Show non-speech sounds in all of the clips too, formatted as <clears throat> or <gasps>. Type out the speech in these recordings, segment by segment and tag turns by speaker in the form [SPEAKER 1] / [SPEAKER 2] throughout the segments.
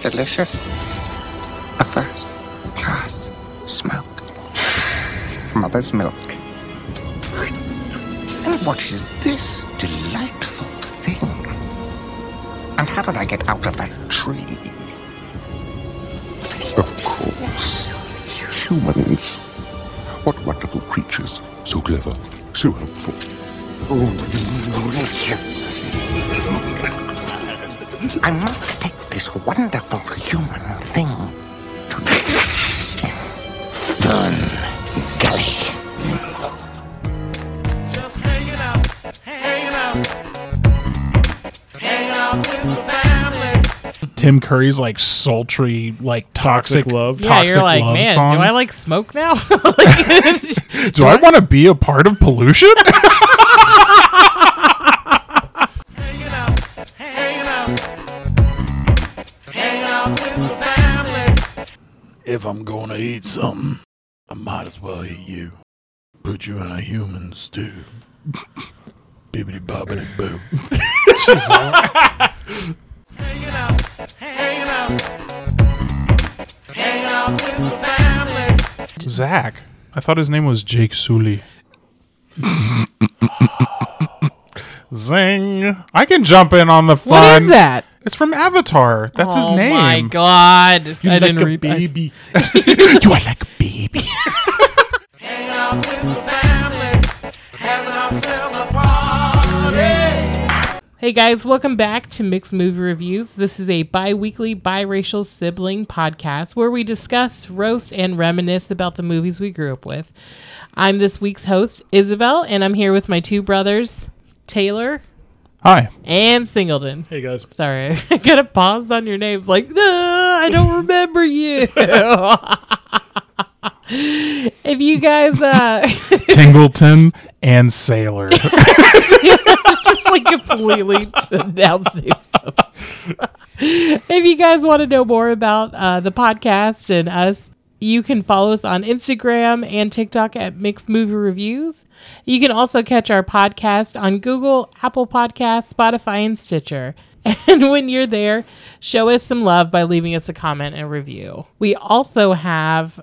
[SPEAKER 1] delicious. A first class smoke. Mother's milk. And what is this delightful thing? And how did I get out of that tree? Of course, humans. What wonderful creatures. So clever, so helpful. I must take this wonderful human thing to Fern Gully.
[SPEAKER 2] Just hanging out, hanging out, hanging out with the family.
[SPEAKER 3] Tim Curry's like sultry, like toxic,
[SPEAKER 4] Toxic love.
[SPEAKER 3] love,
[SPEAKER 4] Yeah,
[SPEAKER 3] toxic
[SPEAKER 4] you're like,
[SPEAKER 3] love
[SPEAKER 4] man,
[SPEAKER 3] song.
[SPEAKER 4] do I like smoke now? <laughs>
[SPEAKER 3] Do I want to be a part of
[SPEAKER 4] <laughs>
[SPEAKER 3] pollution?
[SPEAKER 2] Hanging out, hanging out, hanging out with the family.
[SPEAKER 5] If I'm gonna eat something, I might as well eat you. Put you in a human <laughs> stew. Bibbity bobbity boo.
[SPEAKER 2] Hanging out, hanging out, hanging out with the family.
[SPEAKER 3] <laughs> Zach. I thought his name was Jake Sully. Zing! I can jump in on the fun.
[SPEAKER 4] what is that?
[SPEAKER 3] It's from Avatar. That's his
[SPEAKER 4] oh
[SPEAKER 3] name.
[SPEAKER 4] my god. I
[SPEAKER 3] like
[SPEAKER 4] didn't
[SPEAKER 3] a
[SPEAKER 4] read I- <laughs>
[SPEAKER 3] baby. <laughs> you are like a baby.
[SPEAKER 2] Hanging out with the family. Having ourselves a party.
[SPEAKER 4] Hey guys, welcome back to Mixed Movie Reviews. This is a bi weekly biracial sibling podcast where we discuss, roast, and reminisce about the movies we grew up with. I'm this week's host, Isabel, and I'm here with my two brothers, Taylor
[SPEAKER 3] Hi.
[SPEAKER 4] and Singleton.
[SPEAKER 3] Hey guys.
[SPEAKER 4] Sorry, <laughs> I got to pause on your names. Like, "Nah, I don't remember you. <laughs> if you guys, uh, <laughs>
[SPEAKER 3] Tingleton and Sailor.
[SPEAKER 4] just like completely <laughs> announced himself. if you guys want to know more about uh, the podcast and us, you can follow us on Instagram and TikTok at Mixed Movie Reviews. You can also catch our podcast on Google, Apple Podcasts, Spotify, and Stitcher. <laughs> And when you're there, show us some love by leaving us a comment and review. We also have,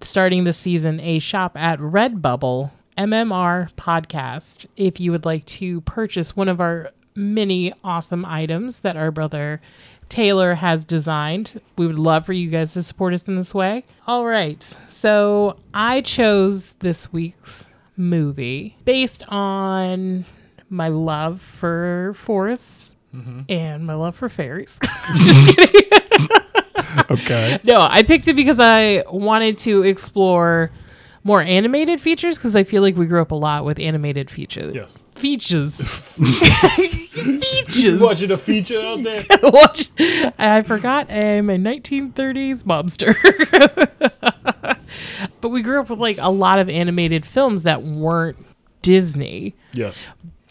[SPEAKER 4] starting this season, a shop at Redbubble MMR podcast if you would like to purchase one of our many awesome items that our brother Taylor has designed. We would love for you guys to support us in this way. All right. So I chose this week's movie based on my love for forests and my love for fairies. <laughs>
[SPEAKER 3] okay.
[SPEAKER 4] no, I picked it because I wanted to explore more animated features because I feel like we grew up a lot with animated features.
[SPEAKER 5] Yes.
[SPEAKER 4] Features. features.
[SPEAKER 5] Watching a feature out there.
[SPEAKER 4] <laughs> Watch. I forgot I'm a 1930s mobster. <laughs> but we grew up with like a lot of animated films that weren't Disney.
[SPEAKER 5] <laughs> Yes.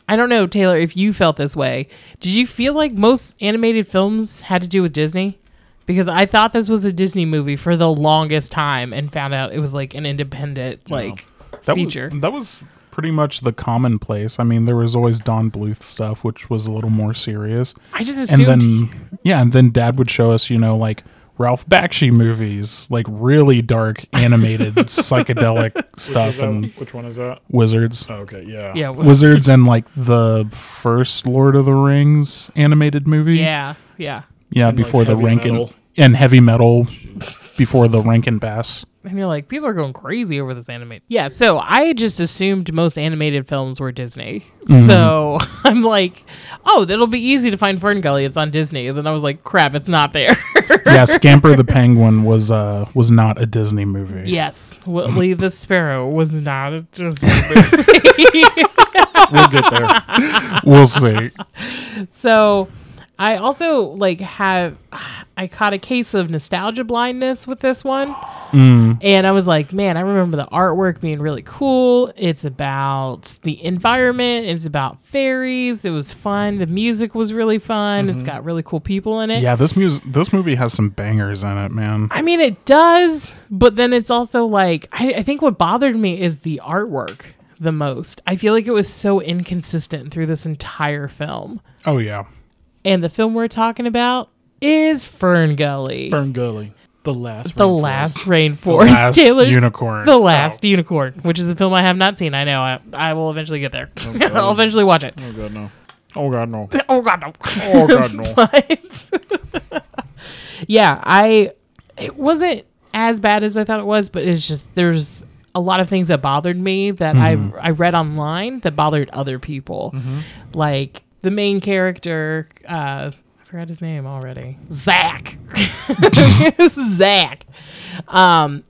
[SPEAKER 4] I don't know, Taylor, if you felt this way. Did you feel like most animated films had to do with Disney? Because I thought this was a Disney movie for the longest time and found out it was like an independent like
[SPEAKER 3] That
[SPEAKER 4] feature.
[SPEAKER 3] Was, that was pretty much the commonplace. I mean, there was always Don Bluth stuff, which was a little more serious.
[SPEAKER 4] I just
[SPEAKER 3] and
[SPEAKER 4] assumed
[SPEAKER 3] then yeah, and then Dad would show us, you know, like Ralph Bakshi movies, like really dark animated psychedelic stuff, and
[SPEAKER 5] Which one is that?
[SPEAKER 3] wizards,
[SPEAKER 5] Okay, yeah.
[SPEAKER 3] <laughs>
[SPEAKER 4] yeah,
[SPEAKER 3] wizards, and like the first Lord of the Rings animated movie.
[SPEAKER 4] yeah, yeah.
[SPEAKER 3] yeah,
[SPEAKER 5] like,
[SPEAKER 3] before the
[SPEAKER 5] heavy
[SPEAKER 3] Rankin
[SPEAKER 5] metal.
[SPEAKER 3] and heavy metal, before the Rankin Bass.
[SPEAKER 4] And you're like, people are going crazy over this animated. Yeah, so I just assumed most animated films were Disney.
[SPEAKER 3] Mm-hmm.
[SPEAKER 4] So <laughs> I'm like, oh, that'll be easy to find Fern Gully. It's on Disney. And then I was like, crap, it's not there. <laughs>
[SPEAKER 3] Yeah, Scamper the Penguin was uh was not a Disney movie.
[SPEAKER 4] yes, Whitley the Sparrow was not a Disney
[SPEAKER 3] we'll get there. <laughs> we'll see.
[SPEAKER 4] So I also like have I caught a case of nostalgia blindness with this one. And I was like, man, I remember the artwork being really cool. It's about the environment, it's about fairies. It was fun. The music was really fun. It's got really cool people in it.
[SPEAKER 3] Yeah, this music, this movie has some bangers in it, man.
[SPEAKER 4] I mean, it does, but then it's also like, I, I think what bothered me is the artwork the most. I feel like it was so inconsistent through this entire film.
[SPEAKER 3] Oh yeah.
[SPEAKER 4] And the film we're talking about is Fern Gully.
[SPEAKER 5] Fern Gully, the last,
[SPEAKER 4] the
[SPEAKER 5] rainforest.
[SPEAKER 4] last rainforest. <laughs>
[SPEAKER 3] Last
[SPEAKER 4] Taylor's-
[SPEAKER 3] unicorn.
[SPEAKER 4] The last unicorn, which is a film I have not seen. I know. I, I will eventually get there. <laughs> I'll eventually watch it.
[SPEAKER 5] Oh
[SPEAKER 4] <laughs>
[SPEAKER 5] god no! Oh god no!
[SPEAKER 4] Oh god, no.
[SPEAKER 5] Oh god no!
[SPEAKER 4] <laughs> But- <laughs> yeah, I it wasn't as bad as I thought it was, but it's just there's a lot of things that bothered me that
[SPEAKER 5] Mm-hmm.
[SPEAKER 4] I I read online that bothered other people, like the main character. Uh, I forgot his name already. <laughs> Zach. Zach. Um,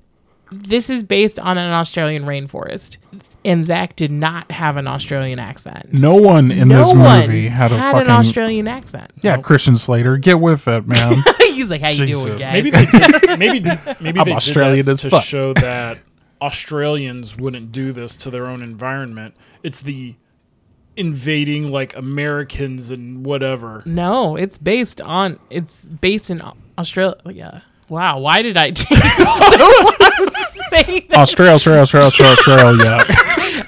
[SPEAKER 4] this is based on an Australian rainforest. And Zach did not have an Australian accent.
[SPEAKER 3] No one in
[SPEAKER 4] No
[SPEAKER 3] this
[SPEAKER 4] one
[SPEAKER 3] movie had a fucking
[SPEAKER 4] an Australian accent. <laughs>
[SPEAKER 3] yeah. Christian Slater, get with it, man.
[SPEAKER 4] He's like, "How you doing,
[SPEAKER 3] Jesus.
[SPEAKER 4] guy?"
[SPEAKER 5] Maybe they
[SPEAKER 4] <laughs>
[SPEAKER 5] did, maybe maybe
[SPEAKER 3] I'm
[SPEAKER 5] they
[SPEAKER 3] Australian
[SPEAKER 5] did that
[SPEAKER 3] as
[SPEAKER 5] to
[SPEAKER 3] fuck.
[SPEAKER 5] show that Australians wouldn't do this to their own environment. It's the invading like Americans and whatever.
[SPEAKER 4] no, it's based on it's based in Au- Australia. Oh, Wow, why did I <laughs> take so long to say that?
[SPEAKER 3] Australia, Australia, Australia, Australia,
[SPEAKER 4] <laughs>
[SPEAKER 3] Australia.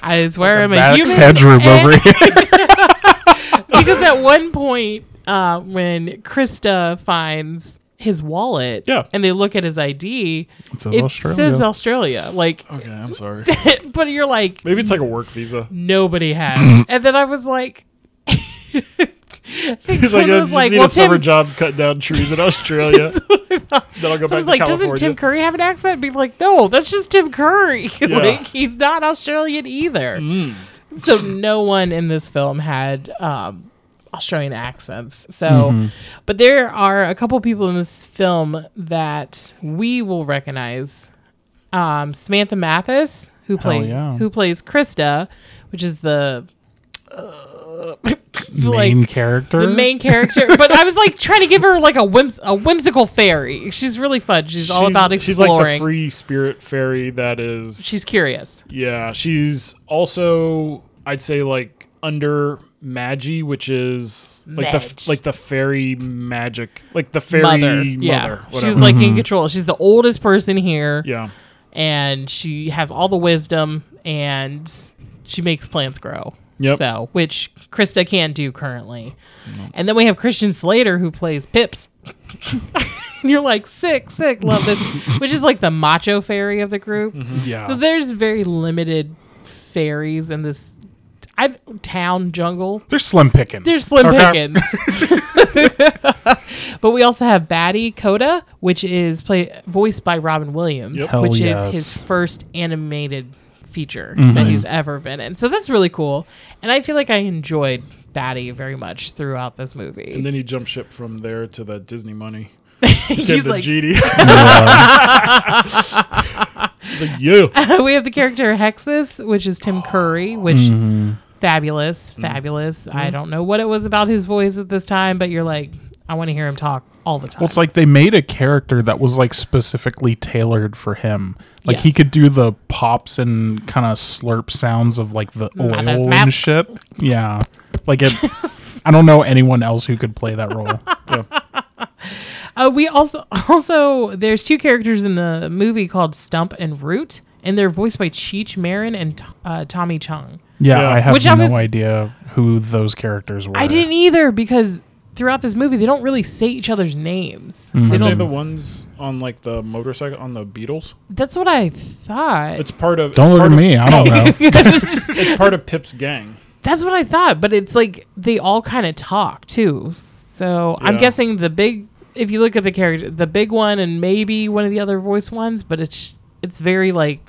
[SPEAKER 4] I swear I'm a
[SPEAKER 3] Max
[SPEAKER 4] human.
[SPEAKER 3] Headroom
[SPEAKER 4] and-
[SPEAKER 3] over here.
[SPEAKER 4] because at one point, uh, when Krista finds his wallet,
[SPEAKER 5] Yeah.
[SPEAKER 4] and they look at his ID, it
[SPEAKER 3] says Australia. Oh.
[SPEAKER 4] says Australia. Like,
[SPEAKER 5] Okay, I'm <laughs> sorry.
[SPEAKER 4] but you're like,
[SPEAKER 5] Maybe it's like a work visa.
[SPEAKER 3] <coughs>
[SPEAKER 4] nobody has. and then I was like, <laughs> I think
[SPEAKER 5] He's like,
[SPEAKER 3] "Oh,
[SPEAKER 4] someone
[SPEAKER 5] I
[SPEAKER 4] was
[SPEAKER 5] just
[SPEAKER 4] like,
[SPEAKER 5] need
[SPEAKER 4] well,
[SPEAKER 5] a summer
[SPEAKER 4] Tim,
[SPEAKER 5] job cutting down trees in
[SPEAKER 4] <laughs>
[SPEAKER 5] Australia. then I'll go
[SPEAKER 4] So I was like,
[SPEAKER 5] back to California.
[SPEAKER 4] doesn't Tim Curry have an accent? Be like, no, that's just Tim Curry. <laughs> like he's not Australian either.
[SPEAKER 5] Mm.
[SPEAKER 4] So no one in this film had um, Australian accents. So,
[SPEAKER 5] Mm-hmm.
[SPEAKER 4] but there are a couple people in this film that we will recognize. Um, Samantha Mathis, who plays
[SPEAKER 3] yeah.
[SPEAKER 4] who plays Krista, which is the uh, <laughs>
[SPEAKER 3] main character.
[SPEAKER 5] Uh-huh.
[SPEAKER 4] the main character. But I was like trying to give her like a whims- a whimsical fairy. She's really fun. She's, all about exploring.
[SPEAKER 5] She's
[SPEAKER 4] She's,
[SPEAKER 5] like the free spirit fairy that is.
[SPEAKER 4] curious.
[SPEAKER 5] yeah, she's also I'd say like under Magi, which is like
[SPEAKER 4] Magi.
[SPEAKER 5] the the like the fairy magic, like the fairy mother.
[SPEAKER 4] Mother, yeah.
[SPEAKER 5] whatever. Mm-hmm.
[SPEAKER 4] She's like in control. She's the oldest person here,
[SPEAKER 5] yeah,
[SPEAKER 4] and she has all the wisdom, and she makes plants grow.
[SPEAKER 5] Yep.
[SPEAKER 4] So, which Krista can't do currently. And then we have Christian Slater who plays Pips. <laughs> and you're like, sick, sick, love
[SPEAKER 5] <laughs>
[SPEAKER 4] this, which is like the macho fairy of the group.
[SPEAKER 5] yeah.
[SPEAKER 4] So there's very limited fairies in this I, town jungle.
[SPEAKER 3] They're slim pickings.
[SPEAKER 4] There's slim
[SPEAKER 3] Okay.
[SPEAKER 4] pickings. <laughs> but we also have Batty Coda, which is play, voiced by Robin Williams,
[SPEAKER 3] Hell
[SPEAKER 4] which
[SPEAKER 3] yes.
[SPEAKER 4] is his first animated feature that he's ever been in. So that's really cool. And I feel like I enjoyed Batty very much throughout this movie.
[SPEAKER 5] and then he jumped ship from there to that
[SPEAKER 4] <laughs>
[SPEAKER 5] Disney money.
[SPEAKER 4] he's
[SPEAKER 5] the
[SPEAKER 4] like,
[SPEAKER 5] <laughs> GD. like, you.
[SPEAKER 4] <laughs> we have the character Hexus, which is Tim Curry, which
[SPEAKER 3] Mm-hmm.
[SPEAKER 4] fabulous, fabulous. I don't know what it was about his voice at this time, but you're like, I want to hear him talk all the time.
[SPEAKER 3] Well, it's like they made a character that was like specifically tailored for him. Like he
[SPEAKER 4] Yes.
[SPEAKER 3] could do the pops and kind of slurp sounds of like the
[SPEAKER 4] that's
[SPEAKER 3] oil
[SPEAKER 4] Mm, map.
[SPEAKER 3] and shit. Yeah, like it. <laughs> I don't know anyone else who could play that
[SPEAKER 4] <laughs>
[SPEAKER 3] role.
[SPEAKER 4] Uh, we also <laughs> also there's two characters in the movie called Stump and Root, and they're voiced by Cheech Marin and uh, Tommy Chung.
[SPEAKER 3] Yeah,
[SPEAKER 5] Yeah.
[SPEAKER 3] I have
[SPEAKER 4] Which I
[SPEAKER 3] no
[SPEAKER 4] was-
[SPEAKER 3] idea who those characters were.
[SPEAKER 4] I didn't either because throughout this movie they don't really say each other's names.
[SPEAKER 3] Mm-hmm.
[SPEAKER 4] They
[SPEAKER 5] Are they the
[SPEAKER 4] don't,
[SPEAKER 5] ones on like the motorcycle on the Beatles?
[SPEAKER 4] that's what I thought.
[SPEAKER 5] It's part of.
[SPEAKER 3] Don't
[SPEAKER 5] it's
[SPEAKER 3] look
[SPEAKER 5] part
[SPEAKER 3] at
[SPEAKER 5] of-
[SPEAKER 3] me. I don't know.
[SPEAKER 4] <laughs>
[SPEAKER 5] It's part of Pip's gang.
[SPEAKER 4] That's what I thought, but it's like they all kind of talk too. So I'm
[SPEAKER 5] Yeah.
[SPEAKER 4] guessing the big, if you look at the character, the big one and maybe one of the other voice ones, but it's it's very like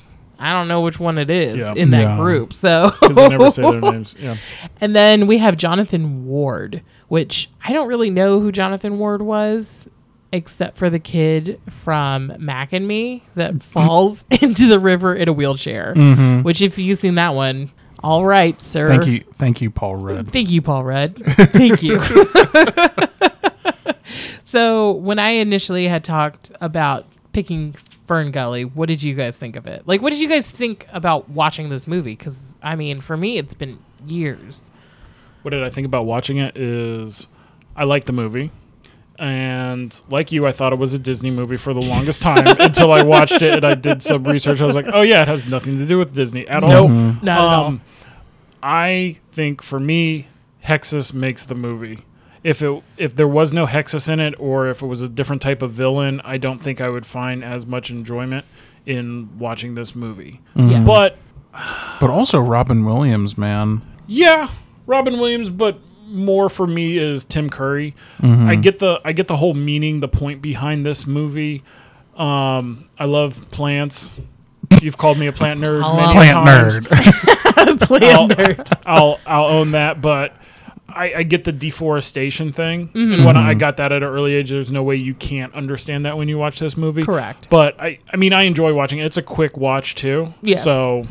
[SPEAKER 4] I don't know which one it is
[SPEAKER 5] Yeah.
[SPEAKER 4] in that
[SPEAKER 3] Yeah.
[SPEAKER 4] group.
[SPEAKER 5] <laughs>
[SPEAKER 4] So
[SPEAKER 5] Because they never say
[SPEAKER 3] <laughs>
[SPEAKER 5] their names. Yeah.
[SPEAKER 4] and then we have Jonathan Ward, which I don't really know who Jonathan Ward was, except for the kid from Mac and Me
[SPEAKER 3] <laughs>
[SPEAKER 4] that falls <laughs> into the river in a wheelchair. Which, if you've seen that one, all right, sir.
[SPEAKER 3] Mm-hmm. Thank you, thank you, Paul Rudd.
[SPEAKER 4] Thank you,
[SPEAKER 3] <laughs>
[SPEAKER 4] Paul Rudd. Thank you. <laughs> so, when I initially had talked about picking Fern Gully, what did you guys think of it? Like, what did you guys think about watching this movie? Because, I mean, for me, it's been years.
[SPEAKER 5] What did I think about watching it? Is I liked the movie, and like you, I thought it was a Disney movie for the longest time until I watched it and I did some research. I was like, oh yeah, it has nothing to do with Disney at all. Um,
[SPEAKER 4] Not at all.
[SPEAKER 5] I think for me, Hexus makes the movie. if it if there was no Hexus in it or if it was a different type of villain, I don't think I would find as much enjoyment in watching this movie.
[SPEAKER 4] Yeah.
[SPEAKER 5] But
[SPEAKER 3] But also Robin Williams, man.
[SPEAKER 5] yeah, Robin Williams, but more for me is Tim Curry.
[SPEAKER 3] Mm-hmm.
[SPEAKER 5] I get the I get the whole meaning, the point behind this movie. Um, I love plants. You've called me a plant nerd
[SPEAKER 4] I'll-
[SPEAKER 5] many
[SPEAKER 3] Plant
[SPEAKER 5] times.
[SPEAKER 3] nerd.
[SPEAKER 4] <laughs>
[SPEAKER 5] <laughs> I'll,
[SPEAKER 4] Plan nerd.
[SPEAKER 5] I'll I'll own that, but I, I get the deforestation thing,
[SPEAKER 4] Mm-hmm.
[SPEAKER 5] and when
[SPEAKER 3] Mm-hmm.
[SPEAKER 5] I got that at an early age, there's no way you can't understand that when you watch this movie.
[SPEAKER 4] Correct.
[SPEAKER 5] But I I mean I enjoy watching it. It's a quick watch too.
[SPEAKER 4] Yes.
[SPEAKER 5] So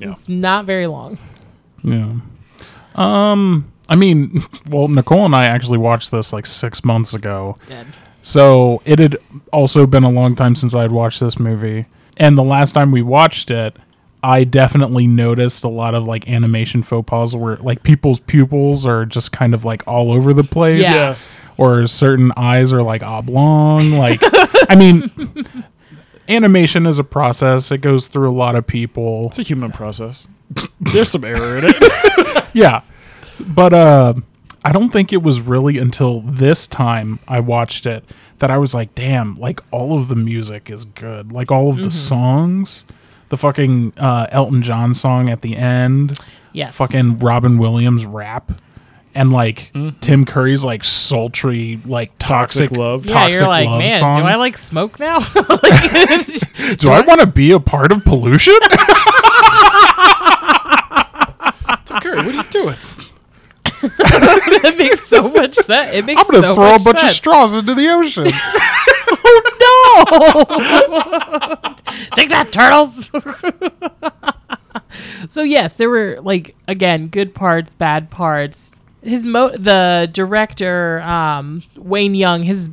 [SPEAKER 5] yeah.
[SPEAKER 4] It's not very long.
[SPEAKER 3] yeah. Um, I mean, <laughs> well, Nicole and I actually watched this like six months ago. So it had also been a long time since I had watched this movie. And the last time we watched it, I definitely noticed a lot of like animation faux pas where like people's pupils are just kind of like all over the place.
[SPEAKER 4] Yeah.
[SPEAKER 5] Yes.
[SPEAKER 3] Or certain eyes are like oblong. Like, I mean, animation is a process, it goes through a lot of people.
[SPEAKER 5] It's a human process. There's some error in it.
[SPEAKER 3] yeah but uh i don't think it was really until this time i watched it that i was like damn like all of the music is good like all of
[SPEAKER 4] Mm-hmm.
[SPEAKER 3] the songs the fucking uh, elton john song at the end
[SPEAKER 4] Yes.
[SPEAKER 3] fucking robin williams rap and like
[SPEAKER 4] Mm-hmm.
[SPEAKER 3] tim curry's like sultry like toxic,
[SPEAKER 5] Toxic love.
[SPEAKER 4] Yeah,
[SPEAKER 3] toxic
[SPEAKER 4] you're like,
[SPEAKER 3] love
[SPEAKER 4] man,
[SPEAKER 3] song
[SPEAKER 4] do I like smoke now? <laughs> Like,
[SPEAKER 3] do i want to be a part of pollution
[SPEAKER 4] <laughs>
[SPEAKER 5] Tim Curry, what are you doing?
[SPEAKER 4] it makes so much sense. It makes
[SPEAKER 3] i'm gonna
[SPEAKER 4] so
[SPEAKER 3] throw a
[SPEAKER 4] much
[SPEAKER 3] bunch of
[SPEAKER 4] sense.
[SPEAKER 3] straws into the ocean
[SPEAKER 4] <laughs> Take that, turtles. <laughs> so yes, there were like again good parts, bad parts. His mo the director um, Wayne Young, his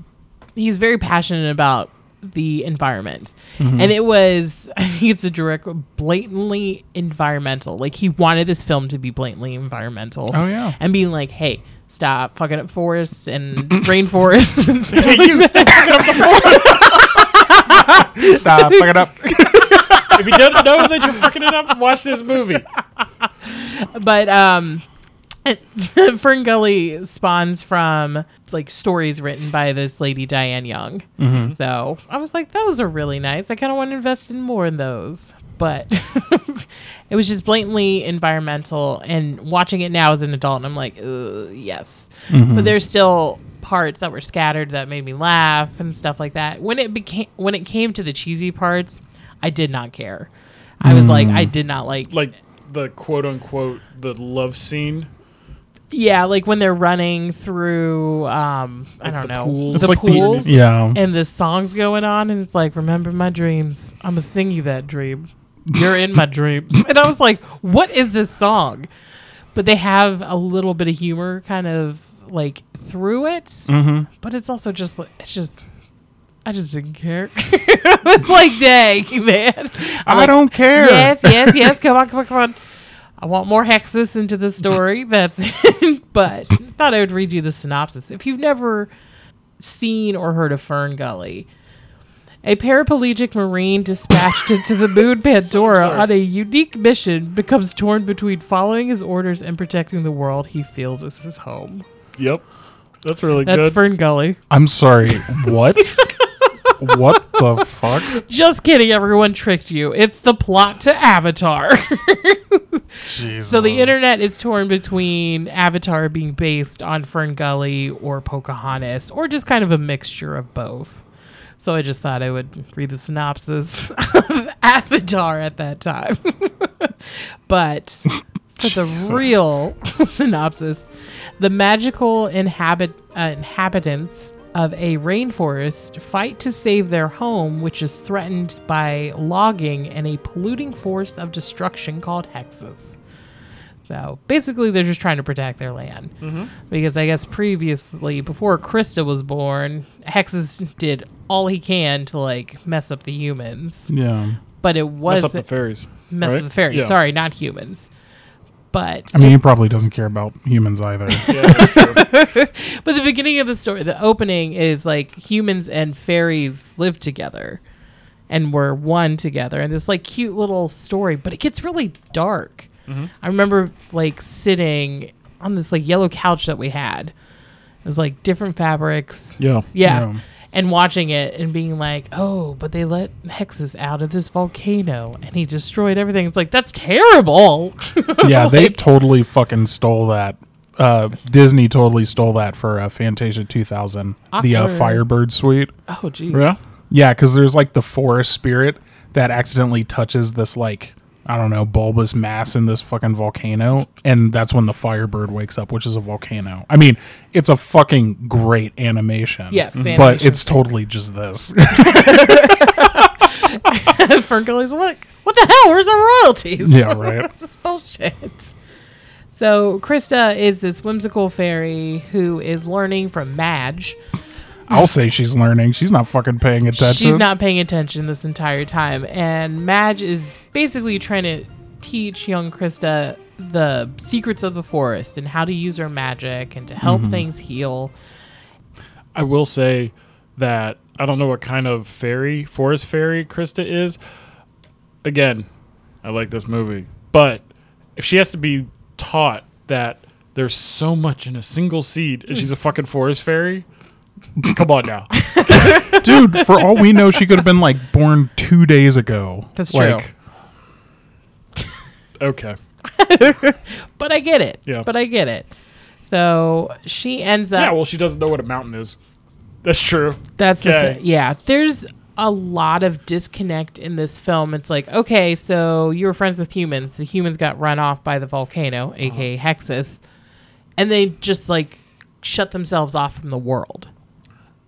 [SPEAKER 4] he's very passionate about the environment, and it was <laughs> I think it's a direct blatantly environmental. Like he wanted this film to be blatantly environmental.
[SPEAKER 3] Oh, yeah.
[SPEAKER 4] and being like, hey. Stop fucking up forests and <laughs> rainforests and stuff
[SPEAKER 5] you stop fucking up the forest.
[SPEAKER 3] stop fuck it up
[SPEAKER 5] If you don't know that you're fucking it up, watch this movie.
[SPEAKER 4] but um <laughs> Ferngully spawns from like stories written by this lady Diane Young. So I was like, those are really nice. I kind of want to invest in more in those. But <laughs> it was just blatantly environmental. And watching it now as an adult, and I'm like, Ugh, yes. But there's still parts that were scattered that made me laugh and stuff like that. When it became when it came to the cheesy parts, I did not care. I was like, I did not like
[SPEAKER 5] Like the quote unquote the love scene.
[SPEAKER 4] Yeah, like when they're running through, um, I don't
[SPEAKER 5] the
[SPEAKER 4] know,
[SPEAKER 5] pools.
[SPEAKER 4] the
[SPEAKER 5] It's like the-
[SPEAKER 4] pools,
[SPEAKER 3] yeah
[SPEAKER 4] and the song's going on, and it's like, remember my dreams, I'ma sing you that dream, you're in my dreams, <laughs> and I was like, what is this song? But they have a little bit of humor, kind of like through it,
[SPEAKER 3] Mm-hmm.
[SPEAKER 4] but it's also just, like it's just, I just didn't care. <laughs> I was like, dang, man,
[SPEAKER 3] I don't care.
[SPEAKER 4] Yes, yes, yes. Come on, come on, come on. I want more hexes into the story. That's <laughs> it. But thought I would read you the synopsis. If you've never seen or heard of Fern Gully, a paraplegic marine dispatched into the moon Pandora on a unique mission becomes torn between following his orders and protecting the world he feels is his home.
[SPEAKER 5] Yep. That's really
[SPEAKER 4] That's
[SPEAKER 5] good.
[SPEAKER 4] Fern Gully.
[SPEAKER 3] I'm sorry. What? what the fuck?
[SPEAKER 4] Just kidding, everyone tricked you. It's the plot to Avatar. <laughs> So the internet is torn between Avatar being based on Fern Gully or Pocahontas, or just kind of a mixture of both. So I just thought I would read the synopsis of Avatar at that time. <laughs> but for the real <laughs> synopsis, the magical inhabit uh, inhabitants of a rainforest fight to save their home, which is threatened by logging and a polluting force of destruction called hexes. So basically, they're just trying to protect their land.
[SPEAKER 5] Mm-hmm.
[SPEAKER 4] Because I guess previously, before Krista was born, Hexus did all he can to like mess up the humans.
[SPEAKER 3] Yeah.
[SPEAKER 4] But it was
[SPEAKER 5] Mess up the fairies.
[SPEAKER 4] mess
[SPEAKER 5] right?
[SPEAKER 4] up the fairies.
[SPEAKER 5] Yeah.
[SPEAKER 4] Sorry, not humans. But
[SPEAKER 3] I mean, he probably doesn't care about humans
[SPEAKER 4] <laughs>
[SPEAKER 3] either.
[SPEAKER 5] Yeah, that's true.
[SPEAKER 4] but the beginning of the story, the opening is like humans and fairies live together and were one together and this like cute little story, but it gets really dark. I remember like sitting on this like yellow couch that we had. And was like different fabrics.
[SPEAKER 5] Yeah.
[SPEAKER 4] Yeah.
[SPEAKER 3] Yeah.
[SPEAKER 4] And watching it and being like, oh, but they let Hexus out of this volcano and he destroyed everything. It's like, that's terrible. <laughs> Oh,
[SPEAKER 3] yeah, they totally fucking stole that. Uh, Disney totally stole that for uh, Fantasia 2000, the uh,
[SPEAKER 4] Awkward.
[SPEAKER 3] Firebird suite.
[SPEAKER 4] oh, geez.
[SPEAKER 5] Yeah.
[SPEAKER 3] Yeah, because there's like the forest spirit that accidentally touches this like I don't know bulbous mass in this fucking volcano, and that's when the Firebird wakes up, which is a volcano. I mean, it's a fucking great animation.
[SPEAKER 4] Yes, the
[SPEAKER 3] but
[SPEAKER 4] animation's
[SPEAKER 3] it's totally just this.
[SPEAKER 4] <laughs>
[SPEAKER 3] <laughs>
[SPEAKER 4] Ferngully's like, what the hell? Where's our royalties?
[SPEAKER 3] Yeah, right.
[SPEAKER 4] <laughs> this is bullshit. So Krista is this whimsical fairy who is learning from Madge.
[SPEAKER 3] I'll say she's learning. She's not fucking paying attention.
[SPEAKER 4] She's not paying attention this entire time, and Madge is basically trying to teach young Krista the secrets of the forest and how to use her magic and to help
[SPEAKER 5] Mm-hmm.
[SPEAKER 4] things heal.
[SPEAKER 5] I will say that I don't know what kind of fairy, forest fairy Krista is. Again, I like this movie. But if she has to be taught that there's so much in a single seed and she's a fucking forest fairy, come on now.
[SPEAKER 3] <laughs> dude. For all we know, she could have been like born two days ago.
[SPEAKER 4] That's
[SPEAKER 3] Like,
[SPEAKER 4] true.
[SPEAKER 5] Okay.
[SPEAKER 4] But I get it.
[SPEAKER 5] Yeah.
[SPEAKER 4] But I get it. So she ends up.
[SPEAKER 5] Yeah, well, she doesn't know what a mountain is. That's true.
[SPEAKER 4] That's the
[SPEAKER 5] Okay.
[SPEAKER 4] thing. Yeah. There's a lot of disconnect in this film. It's like, okay, so you were friends with humans. The humans got run off by the volcano, aka Hexus, and they just like shut themselves off from the world.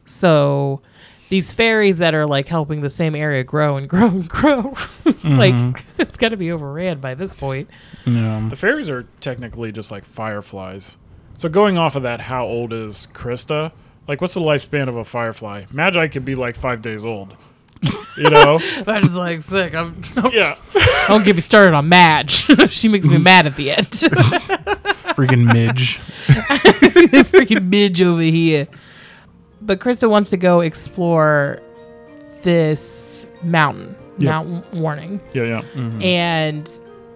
[SPEAKER 4] So these fairies that are like helping the same area grow and <laughs> grow and grow, Mm-hmm. like <laughs> it's got to be overran by this <laughs> point.
[SPEAKER 5] The fairies are technically just like fireflies. So going off of that, how old is Krista? Like, what's the lifespan of a firefly? Magi could be like five days old. You <laughs> know?
[SPEAKER 4] I was like, sick. I'm,
[SPEAKER 5] yeah.
[SPEAKER 4] don't get me started on Madge. <laughs> she makes me mad at the end.
[SPEAKER 3] freaking
[SPEAKER 4] <laughs>
[SPEAKER 3] Midge.
[SPEAKER 4] freaking midge over here. But Krista wants to go explore this mountain,
[SPEAKER 5] Yeah.
[SPEAKER 4] Mount Warning.
[SPEAKER 5] Yeah, yeah. Mm.
[SPEAKER 4] And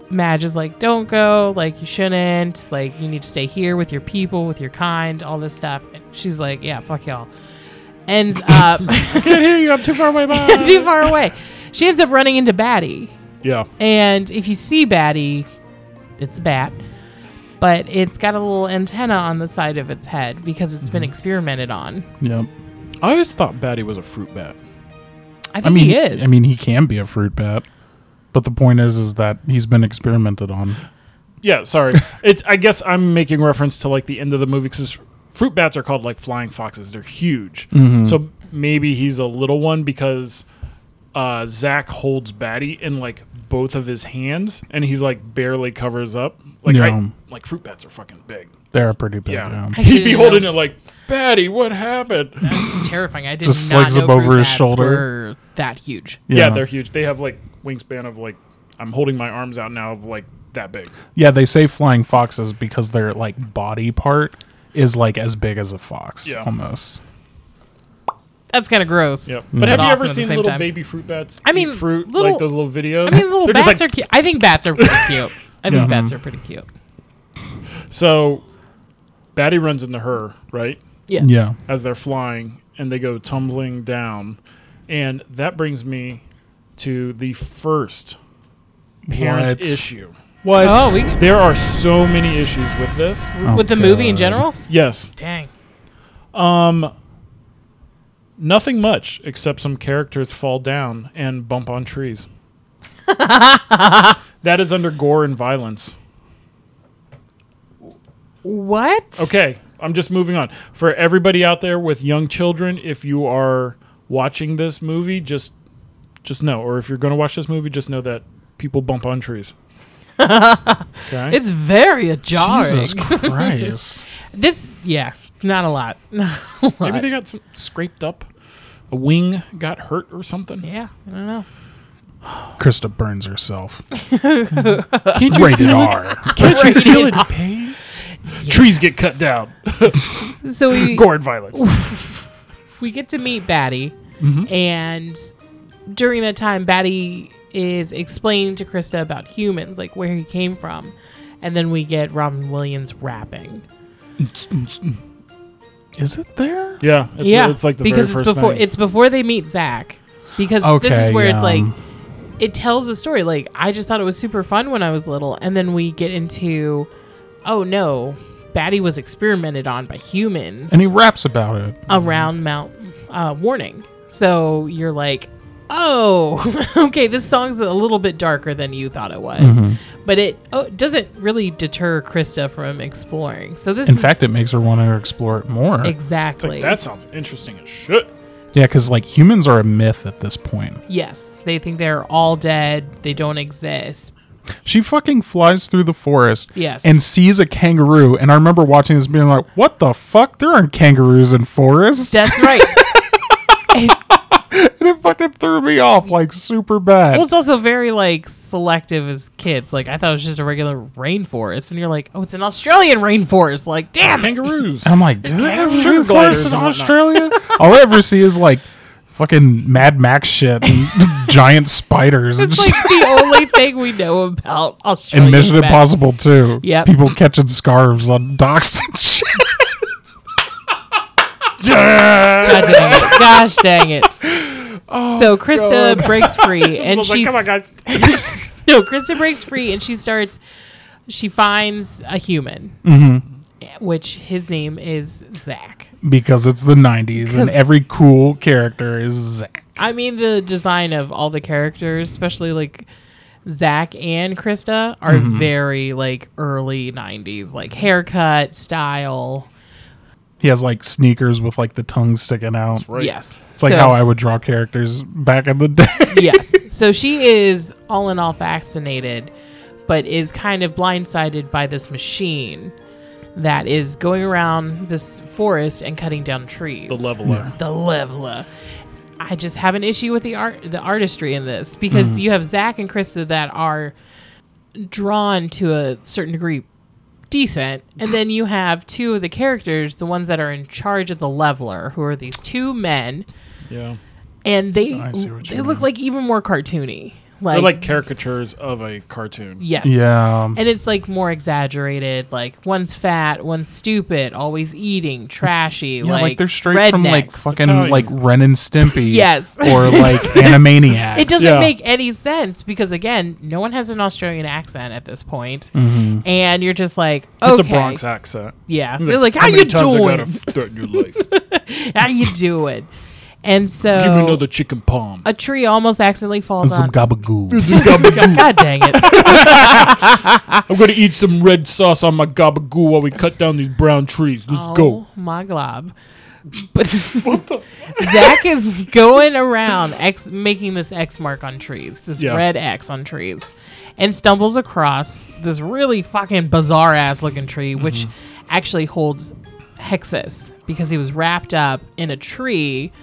[SPEAKER 4] Madge is like, don't go. Like, you shouldn't. Like, you need to stay here with your people, with your kind, all this stuff. And she's like, yeah, fuck y'all. Ends up <laughs>
[SPEAKER 5] Can't hear you. I'm too far away. Bye.
[SPEAKER 4] too far away. She ends up running into Batty.
[SPEAKER 5] yeah.
[SPEAKER 4] And if you see Batty, it's a bat, but it's got a little antenna on the side of its head because it's been experimented on.
[SPEAKER 3] Yep.
[SPEAKER 5] I always thought Batty was a fruit bat.
[SPEAKER 4] I think
[SPEAKER 3] I mean,
[SPEAKER 4] he is.
[SPEAKER 3] I mean, he can be a fruit bat, but the point is, is that he's been experimented on. <laughs>
[SPEAKER 5] Yeah, sorry. it, I guess I'm making reference to like the end of the movie because fruit bats are called like flying foxes. They're huge.
[SPEAKER 3] Mm-hmm.
[SPEAKER 5] So maybe he's a little one because uh, Zach holds Batty in like both of his hands and he's like barely covers up. Like,
[SPEAKER 3] Yeah.
[SPEAKER 5] I, like fruit bats are fucking big.
[SPEAKER 3] They're pretty big. um,
[SPEAKER 5] Yeah.
[SPEAKER 3] Yeah.
[SPEAKER 4] I
[SPEAKER 5] He'd be
[SPEAKER 4] didn't
[SPEAKER 5] holding
[SPEAKER 4] know.
[SPEAKER 5] it like, Batty, what happened? Yeah.
[SPEAKER 4] It's terrifying. I did
[SPEAKER 3] Just
[SPEAKER 4] not
[SPEAKER 3] sligs
[SPEAKER 4] know
[SPEAKER 3] up over
[SPEAKER 4] fruit
[SPEAKER 3] his
[SPEAKER 4] bats
[SPEAKER 3] shoulder.
[SPEAKER 4] were that huge.
[SPEAKER 5] they're huge. They have like wingspan of like, I'm holding my arms out now of like that big.
[SPEAKER 3] Yeah, they say flying foxes because their like body part is like as big as a fox
[SPEAKER 5] Yeah.
[SPEAKER 3] almost.
[SPEAKER 4] That's kind of gross.
[SPEAKER 5] Yeah.
[SPEAKER 3] Mm.
[SPEAKER 5] But have you
[SPEAKER 4] awesome
[SPEAKER 5] ever
[SPEAKER 4] at the
[SPEAKER 5] seen
[SPEAKER 4] same
[SPEAKER 5] little
[SPEAKER 4] time.
[SPEAKER 5] baby fruit bats?
[SPEAKER 4] I
[SPEAKER 5] eat
[SPEAKER 4] mean,
[SPEAKER 5] fruit
[SPEAKER 4] little-
[SPEAKER 5] like those little videos.
[SPEAKER 4] I mean, little
[SPEAKER 5] <laughs> They're just
[SPEAKER 4] bats
[SPEAKER 5] like-
[SPEAKER 4] are cute. I think bats are
[SPEAKER 5] <laughs>
[SPEAKER 4] pretty cute. I think
[SPEAKER 3] Yeah.
[SPEAKER 4] bats are pretty cute.
[SPEAKER 5] So, Batty runs into her right
[SPEAKER 4] Yes.
[SPEAKER 3] Yeah.
[SPEAKER 5] as they're flying, and they go tumbling down, and that brings me to the first parent
[SPEAKER 3] What?
[SPEAKER 5] issue.
[SPEAKER 3] What?
[SPEAKER 4] Oh, we,
[SPEAKER 5] There are so many issues with this.
[SPEAKER 4] with the movie in
[SPEAKER 3] God.
[SPEAKER 4] general?
[SPEAKER 5] Yes,
[SPEAKER 4] Dang.
[SPEAKER 5] nothing much except some characters fall down and bump
[SPEAKER 4] <laughs>
[SPEAKER 5] on trees. that is under gore and violence.
[SPEAKER 4] What?
[SPEAKER 5] Okay, I'm just moving on. For everybody out there with young children, if you are watching this movie, just just know, or if you're going to watch this movie, just know that people bump on trees.
[SPEAKER 4] <laughs>
[SPEAKER 5] okay.
[SPEAKER 4] It's very jarring.
[SPEAKER 3] Jesus
[SPEAKER 4] <laughs>
[SPEAKER 3] Christ.
[SPEAKER 4] This, yeah, not a lot. <laughs> Not a lot.
[SPEAKER 5] Maybe they got some, scraped up. A wing got hurt or something.
[SPEAKER 4] yeah, I don't know.
[SPEAKER 3] Krista burns
[SPEAKER 4] <laughs>
[SPEAKER 3] herself.
[SPEAKER 5] Can't you
[SPEAKER 3] Rated
[SPEAKER 5] feel it?
[SPEAKER 3] R.
[SPEAKER 5] Can't you feel its pain? Trees get cut down.
[SPEAKER 4] So we
[SPEAKER 5] Gore and violence.
[SPEAKER 4] we get to meet Batty,
[SPEAKER 5] Mm-hmm.
[SPEAKER 4] and during that time, Batty is explaining to Krista about humans, like where he came from, and then we get Robin Williams rapping.
[SPEAKER 3] Is it there?
[SPEAKER 5] Yeah, it's,
[SPEAKER 4] yeah,
[SPEAKER 5] it's like the
[SPEAKER 4] because
[SPEAKER 5] very first
[SPEAKER 4] it's before
[SPEAKER 5] thing.
[SPEAKER 4] it's before they meet Zach. Because this is
[SPEAKER 3] Okay,
[SPEAKER 4] where it's
[SPEAKER 3] yeah.
[SPEAKER 4] like it tells a story. Like I just thought it was super fun when I was little, and then we get into oh no, Batty was experimented on by humans
[SPEAKER 3] And he raps about it.
[SPEAKER 4] around Mount uh, Warning. So you're like, oh, <laughs> okay, this song's a little bit darker than you thought it was,
[SPEAKER 3] Mm-hmm.
[SPEAKER 4] but it oh, it doesn't really deter Krista from exploring. So this
[SPEAKER 3] In
[SPEAKER 4] is
[SPEAKER 3] fact, uh, it makes her want to explore it more. Yeah, 'cause
[SPEAKER 5] It's like,
[SPEAKER 4] exactly
[SPEAKER 5] that sounds interesting as shit.
[SPEAKER 3] yeah, because like humans are a myth at this point.
[SPEAKER 4] Yes, they think they're all dead. They don't exist.
[SPEAKER 3] She fucking flies through the forest
[SPEAKER 4] Yes.
[SPEAKER 3] and sees a kangaroo. And I remember watching this being like, what the fuck? There aren't kangaroos in forests.
[SPEAKER 4] That's
[SPEAKER 3] <laughs>
[SPEAKER 4] right.
[SPEAKER 3] and it fucking threw me off like super bad.
[SPEAKER 4] well, it's also very like selective as kids. Like I thought it was just a regular rainforest, and you're like, oh, it's an Australian rainforest. Like, damn. it.
[SPEAKER 5] Kangaroos.
[SPEAKER 3] and I'm like, do they have
[SPEAKER 5] kangaroo
[SPEAKER 3] sugar
[SPEAKER 5] gliders
[SPEAKER 3] forests in
[SPEAKER 5] and whatnot."
[SPEAKER 4] <laughs>
[SPEAKER 3] Australia? All I ever see is like fucking Mad Max shit and <laughs> giant spiders and
[SPEAKER 4] It's
[SPEAKER 3] shit.
[SPEAKER 4] like the only thing we
[SPEAKER 3] <laughs>
[SPEAKER 4] know about Australia.
[SPEAKER 3] And Mission Impossible too.
[SPEAKER 4] Yep.
[SPEAKER 3] People catching scarves on docks and <laughs> shit.
[SPEAKER 4] God dang
[SPEAKER 5] <laughs>
[SPEAKER 4] it. Gosh dang it.
[SPEAKER 5] Oh,
[SPEAKER 4] so Krista breaks
[SPEAKER 5] <laughs>
[SPEAKER 4] free and
[SPEAKER 5] Well,
[SPEAKER 4] she
[SPEAKER 5] like, come on, guys.
[SPEAKER 4] <laughs> No, Krista breaks free and she starts. She finds a human,
[SPEAKER 3] Mm-hmm.
[SPEAKER 4] which his name is Zach.
[SPEAKER 3] because it's the 90s and
[SPEAKER 4] Because-
[SPEAKER 3] every cool character is Zack.
[SPEAKER 4] I mean, the design of all the characters, especially like Zach and Krista, are
[SPEAKER 3] Mm-hmm.
[SPEAKER 4] very like early '90s, like haircut style.
[SPEAKER 3] He has like sneakers with like the tongue sticking out.
[SPEAKER 5] Right.
[SPEAKER 4] Yes,
[SPEAKER 3] It's like how I would draw characters back in the <laughs>
[SPEAKER 5] <laughs>
[SPEAKER 3] day.
[SPEAKER 4] yes. So she is all in all vaccinated, but is kind of blindsided by this machine that is going around this forest and cutting down trees.
[SPEAKER 5] The leveler.
[SPEAKER 4] The leveler. I just have an issue with the art, the artistry in this because you have Zach and Krista that are drawn to a certain degree decent and then you have two of the characters the ones that are in charge of the leveler who are these two men
[SPEAKER 5] Yeah.
[SPEAKER 4] and they
[SPEAKER 3] I see what you
[SPEAKER 4] they look
[SPEAKER 3] mean.
[SPEAKER 4] like even more cartoony. Like,
[SPEAKER 5] They're like caricatures of a cartoon.
[SPEAKER 4] yes,
[SPEAKER 3] yeah.
[SPEAKER 4] and it's like more exaggerated. Like one's fat, one's stupid, always eating, trashy.
[SPEAKER 3] Yeah, like,
[SPEAKER 4] like,
[SPEAKER 3] they're straight from like
[SPEAKER 4] rednecks.
[SPEAKER 3] fucking
[SPEAKER 5] Italian.
[SPEAKER 3] like Ren and Stimpy.
[SPEAKER 4] <laughs> Yes.
[SPEAKER 3] Or like Animaniacs.
[SPEAKER 4] It doesn't
[SPEAKER 5] Yeah.
[SPEAKER 4] make any sense because again, no one has an Australian accent at this point, and you're just like, okay,
[SPEAKER 5] It's a Bronx accent.
[SPEAKER 4] yeah,
[SPEAKER 5] It's
[SPEAKER 4] you're like, how
[SPEAKER 5] how
[SPEAKER 4] you
[SPEAKER 5] many times I gotta
[SPEAKER 4] doing?
[SPEAKER 5] f- that in your life?
[SPEAKER 4] How you doing? And so
[SPEAKER 5] Give me another chicken palm.
[SPEAKER 4] a tree almost accidentally falls
[SPEAKER 3] Some
[SPEAKER 4] on.
[SPEAKER 3] gabagoo.
[SPEAKER 4] <laughs> God dang it!
[SPEAKER 5] I'm gonna eat some red sauce on my gabagoo while we cut down these brown trees. Let's go.
[SPEAKER 4] Oh my glob. But <laughs> Zach is going around X making this X mark on trees, this
[SPEAKER 5] Yeah.
[SPEAKER 4] red X on trees, and stumbles across this really fucking bizarre ass looking tree,
[SPEAKER 5] Mm-hmm.
[SPEAKER 4] which actually holds Hexus because he was wrapped up in a tree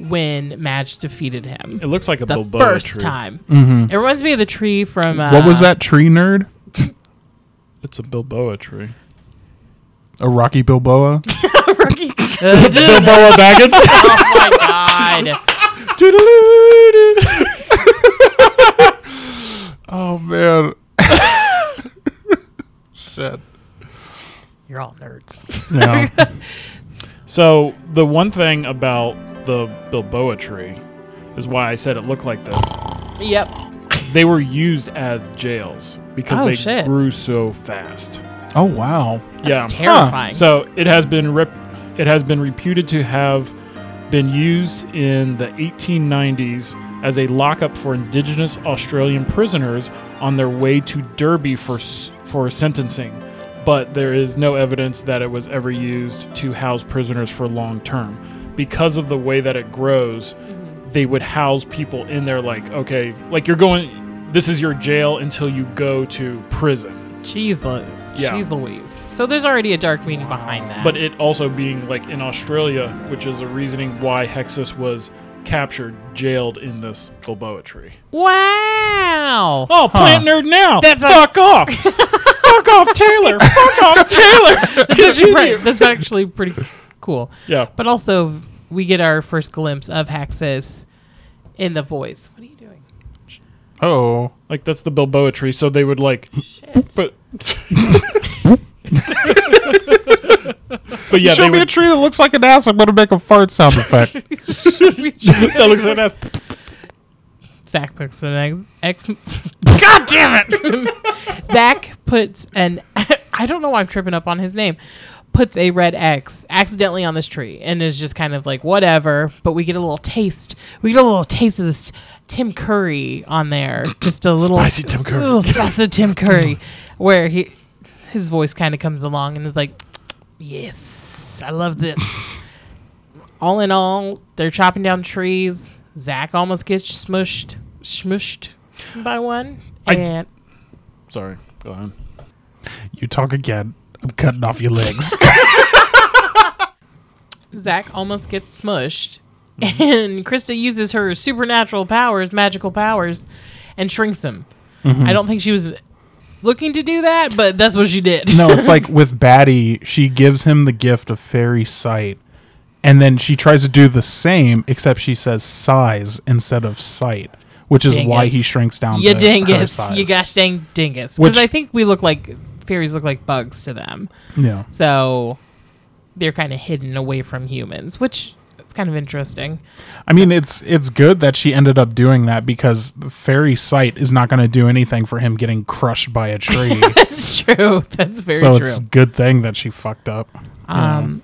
[SPEAKER 4] when Madge defeated him
[SPEAKER 5] It looks like a
[SPEAKER 4] the
[SPEAKER 5] Bilboa
[SPEAKER 4] first
[SPEAKER 5] tree. Mm-hmm.
[SPEAKER 4] time. It reminds me of the tree from uh,
[SPEAKER 3] what was that tree nerd?
[SPEAKER 5] It's a Bilboa tree.
[SPEAKER 3] A Rocky
[SPEAKER 4] <laughs>
[SPEAKER 3] Bilboa? <laughs>
[SPEAKER 5] Bilboa Baggins.
[SPEAKER 4] Oh my god!
[SPEAKER 3] oh man. Shit.
[SPEAKER 4] You're all nerds.
[SPEAKER 3] No.
[SPEAKER 5] So the one thing about the Bilboa tree is why I said it looked like this.
[SPEAKER 4] yep.
[SPEAKER 5] They were used as jails because
[SPEAKER 4] Oh,
[SPEAKER 5] they
[SPEAKER 4] shit.
[SPEAKER 5] grew so fast.
[SPEAKER 3] <laughs> Oh wow.
[SPEAKER 5] yeah.
[SPEAKER 4] It's terrifying.
[SPEAKER 5] So it has been rep- it has been reputed to have been used in the 1890s as a lockup for indigenous Australian prisoners on their way to Derby for s- for sentencing. But there is no evidence that it was ever used to house prisoners for long term. Because of the way that it grows, they would house people in there like, okay, like you're going this is your jail until you go to prison.
[SPEAKER 4] Jeez, Lu-
[SPEAKER 5] Yeah.
[SPEAKER 4] she's Louise. So there's already a dark meaning behind that.
[SPEAKER 5] But it also being like in Australia, which is a reasoning why Hexus was captured, jailed in this Bilboa tree.
[SPEAKER 4] wow.
[SPEAKER 5] Oh, plant nerd now!
[SPEAKER 4] That's a-
[SPEAKER 5] fuck off! fuck off, Taylor! Fuck off, Taylor!
[SPEAKER 4] that's,
[SPEAKER 5] Continue.
[SPEAKER 4] right. That's actually pretty cool.
[SPEAKER 5] Yeah,
[SPEAKER 4] But also, we get our first glimpse of Haxus in the voice. What are you doing?
[SPEAKER 3] Oh.
[SPEAKER 5] like that's the Bilboa tree. So they would like, but But yeah,
[SPEAKER 3] Show
[SPEAKER 5] they
[SPEAKER 3] me a
[SPEAKER 5] would,
[SPEAKER 3] tree that looks like an ass. I'm gonna make a fart sound effect.
[SPEAKER 5] <laughs> that looks like that.
[SPEAKER 4] Zach puts an ex. <laughs> God damn it! <laughs> Zach puts an. <laughs> I don't know why I'm tripping up on his name. Puts a red X accidentally on this tree and is just kind of like whatever. But we get a little taste. We get a little taste of this Tim Curry on there. <clears throat> Just a little
[SPEAKER 5] Spicy Tim Curry.
[SPEAKER 4] Little spicy Tim Curry, where he his voice kind of comes along and is like, "Yes, I love this." all in all, they're chopping down trees. Zach almost gets smushed, smushed by one.
[SPEAKER 5] I-
[SPEAKER 4] And
[SPEAKER 5] Sorry, go on.
[SPEAKER 3] you talk again. I'm cutting off your legs.
[SPEAKER 4] Zach almost gets smushed. And Krista uses her supernatural powers, magical powers, and shrinks him.
[SPEAKER 3] Mm-hmm.
[SPEAKER 4] I don't think she was looking to do that, but that's what she did. <laughs>
[SPEAKER 3] No, it's like with Batty, she gives him the gift of fairy sight, and then she tries to do the same, except she says size instead of sight, which is why
[SPEAKER 4] Dingus.
[SPEAKER 3] he shrinks down.
[SPEAKER 4] you
[SPEAKER 3] to Her
[SPEAKER 4] dingus.
[SPEAKER 3] size.
[SPEAKER 4] You gosh dang dingus.
[SPEAKER 3] Which-
[SPEAKER 4] Because I think we look like fairies look like bugs to them.
[SPEAKER 3] Yeah.
[SPEAKER 4] So they're kind of hidden away from humans, which it's kind of interesting.
[SPEAKER 3] I mean, it's it's good that she ended up doing that because the fairy sight is not going to do anything for him getting crushed by a
[SPEAKER 4] <laughs>
[SPEAKER 3] tree.
[SPEAKER 4] That's true. That's very
[SPEAKER 3] so
[SPEAKER 4] true.
[SPEAKER 3] it's good thing that she fucked up.
[SPEAKER 4] Um,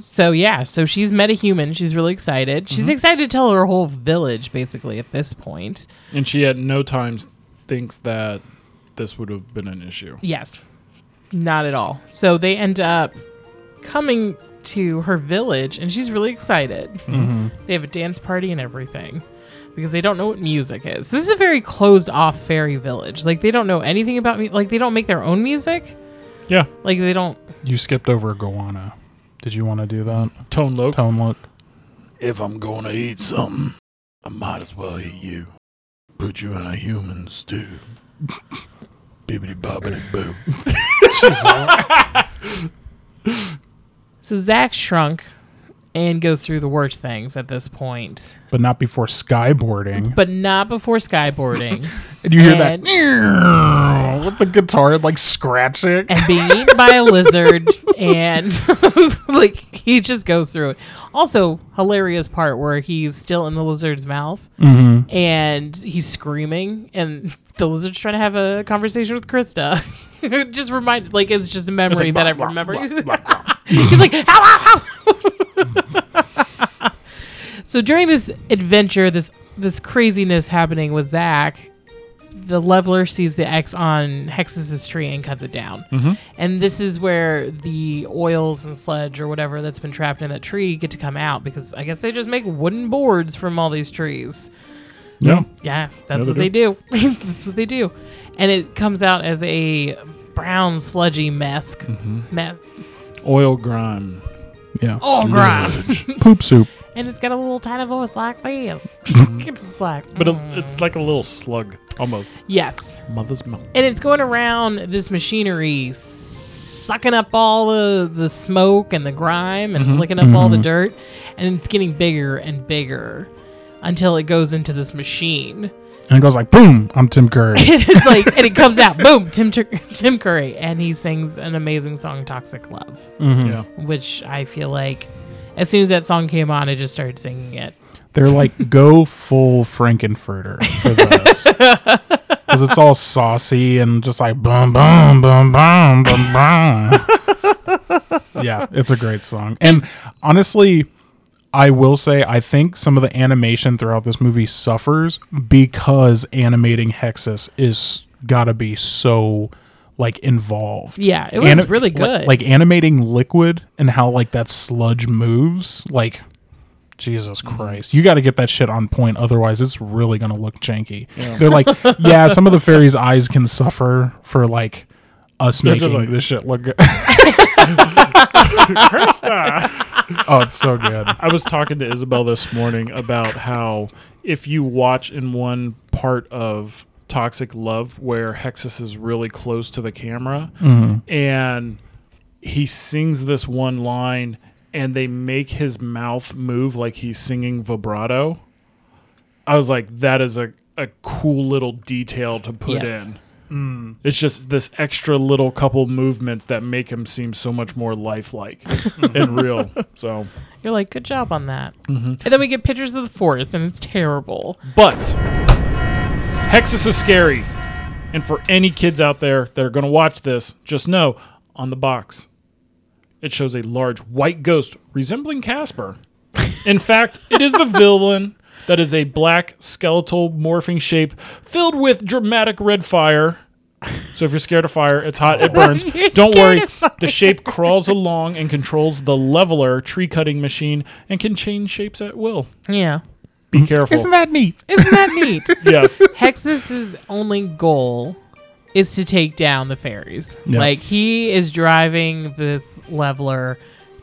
[SPEAKER 4] so yeah, so she's met a human. She's really excited. She's
[SPEAKER 3] Mm-hmm.
[SPEAKER 4] excited to tell her whole village basically at this point.
[SPEAKER 5] And she at no time thinks that this would have been an issue.
[SPEAKER 4] Yes, not at all. So they end up coming to her village, and she's really excited.
[SPEAKER 3] Mm-hmm.
[SPEAKER 4] They have a dance party and everything because they don't know what music is. This is a very closed off fairy village. Like they don't know anything about me. Like they don't make their own music.
[SPEAKER 5] Yeah,
[SPEAKER 4] Like they don't.
[SPEAKER 3] You skipped over Goanna. Did you want to do that?
[SPEAKER 5] tone low.
[SPEAKER 3] Tone look.
[SPEAKER 2] If I'm gonna eat something, I might as well eat you. Put you in a human stew. Bibbity bobbity boo.
[SPEAKER 4] So Zach shrunk and goes through the worst things at this point,
[SPEAKER 3] But not before skyboarding.
[SPEAKER 4] but not before skyboarding <laughs>
[SPEAKER 3] And you hear
[SPEAKER 4] and,
[SPEAKER 3] that with the guitar like scratching.
[SPEAKER 4] and being eaten by a lizard. And <laughs> like he just goes through it. Also, hilarious part where he's still in the lizard's mouth and he's screaming, and <laughs> the lizard's trying to have a conversation with Krista. <laughs> It just remind like it's just a memory that I remember. <laughs> He's like, "Ow, ow, ow." <laughs> so during this adventure, this this craziness happening with Zach, the leveler sees the X on Hexus's tree and cuts it down. And this is where the oils and sludge or whatever that's been trapped in that tree get to come out because I guess they just make wooden boards from all these trees.
[SPEAKER 5] Yeah.
[SPEAKER 4] Yeah, that's what they do. <laughs> that's what they do. And it comes out as a brown sludgy mess. mess.
[SPEAKER 5] Oil grime.
[SPEAKER 3] Yeah.
[SPEAKER 4] Oh,
[SPEAKER 5] Mm-hmm.
[SPEAKER 4] grime.
[SPEAKER 3] Poop soup.
[SPEAKER 4] And it's got a little tiny voice like this. it's like,
[SPEAKER 5] <laughs> But uh, it- it's like a little slug, almost.
[SPEAKER 4] yes.
[SPEAKER 5] Mother's milk.
[SPEAKER 4] And it's going around this machinery, sucking up all the, the smoke and the grime and licking up all the dirt. And it's getting bigger and bigger until it goes into this machine. <laughs>
[SPEAKER 3] And it goes like boom, I'm Tim Curry.
[SPEAKER 4] And it's like, and it comes out, boom, Tim, Tur- Tim Curry. And he sings an amazing song, Toxic Love,
[SPEAKER 5] Yeah.
[SPEAKER 4] which I feel like as soon as that song came on, I just started singing it.
[SPEAKER 3] They're
[SPEAKER 4] <laughs>
[SPEAKER 3] like, go full Frankenfurter for this. Because it's all saucy and just like boom, boom, boom, boom, boom, boom.
[SPEAKER 4] <laughs>
[SPEAKER 3] yeah, it's a great song. And honestly, I will say, I think some of the animation throughout this movie suffers because animating Hexus is gotta be so like involved.
[SPEAKER 4] Yeah, it was
[SPEAKER 3] Ani-
[SPEAKER 4] really
[SPEAKER 3] li-
[SPEAKER 4] good.
[SPEAKER 3] Like, animating liquid and how like that sludge moves, like Jesus Christ. You got to get that shit on point otherwise it's really going to look janky. They're like, yeah, some of the fairies eyes can suffer for like us
[SPEAKER 5] They're just
[SPEAKER 3] making
[SPEAKER 5] like-
[SPEAKER 3] this shit
[SPEAKER 5] <laughs>
[SPEAKER 3] look good.
[SPEAKER 5] Krista!
[SPEAKER 3] oh, it's so good.
[SPEAKER 5] I was talking to Isabel this morning about how if you watch in one part of Toxic Love where Hexus is really close to the camera and he sings this one line and they make his mouth move like he's singing vibrato. I was like, that is a, a cool little detail to put
[SPEAKER 4] Yes.
[SPEAKER 5] in. It's just this extra little couple movements that make him seem so much more lifelike and real. So,
[SPEAKER 4] You're like, good job on that. And then we get pictures of the forest, and it's terrible.
[SPEAKER 5] but Hexus is scary. And for any kids out there that are going to watch this, just know on the box, it shows a large white ghost
[SPEAKER 4] <laughs>
[SPEAKER 5] resembling Casper. In fact, it is the villain that is a black skeletal morphing shape filled with dramatic red fire. So if you're scared of fire, it's hot, it burns.
[SPEAKER 4] <laughs> You're
[SPEAKER 5] Don't
[SPEAKER 4] scared
[SPEAKER 5] worry.
[SPEAKER 4] of fire.
[SPEAKER 5] The shape crawls along and controls the leveler tree cutting machine and can change shapes at will.
[SPEAKER 4] Yeah. <laughs>
[SPEAKER 5] Be careful.
[SPEAKER 3] Isn't that neat?
[SPEAKER 4] Isn't that neat? <laughs>
[SPEAKER 5] yes.
[SPEAKER 4] Hexus's only goal is to take down the fairies. Like he is driving this leveler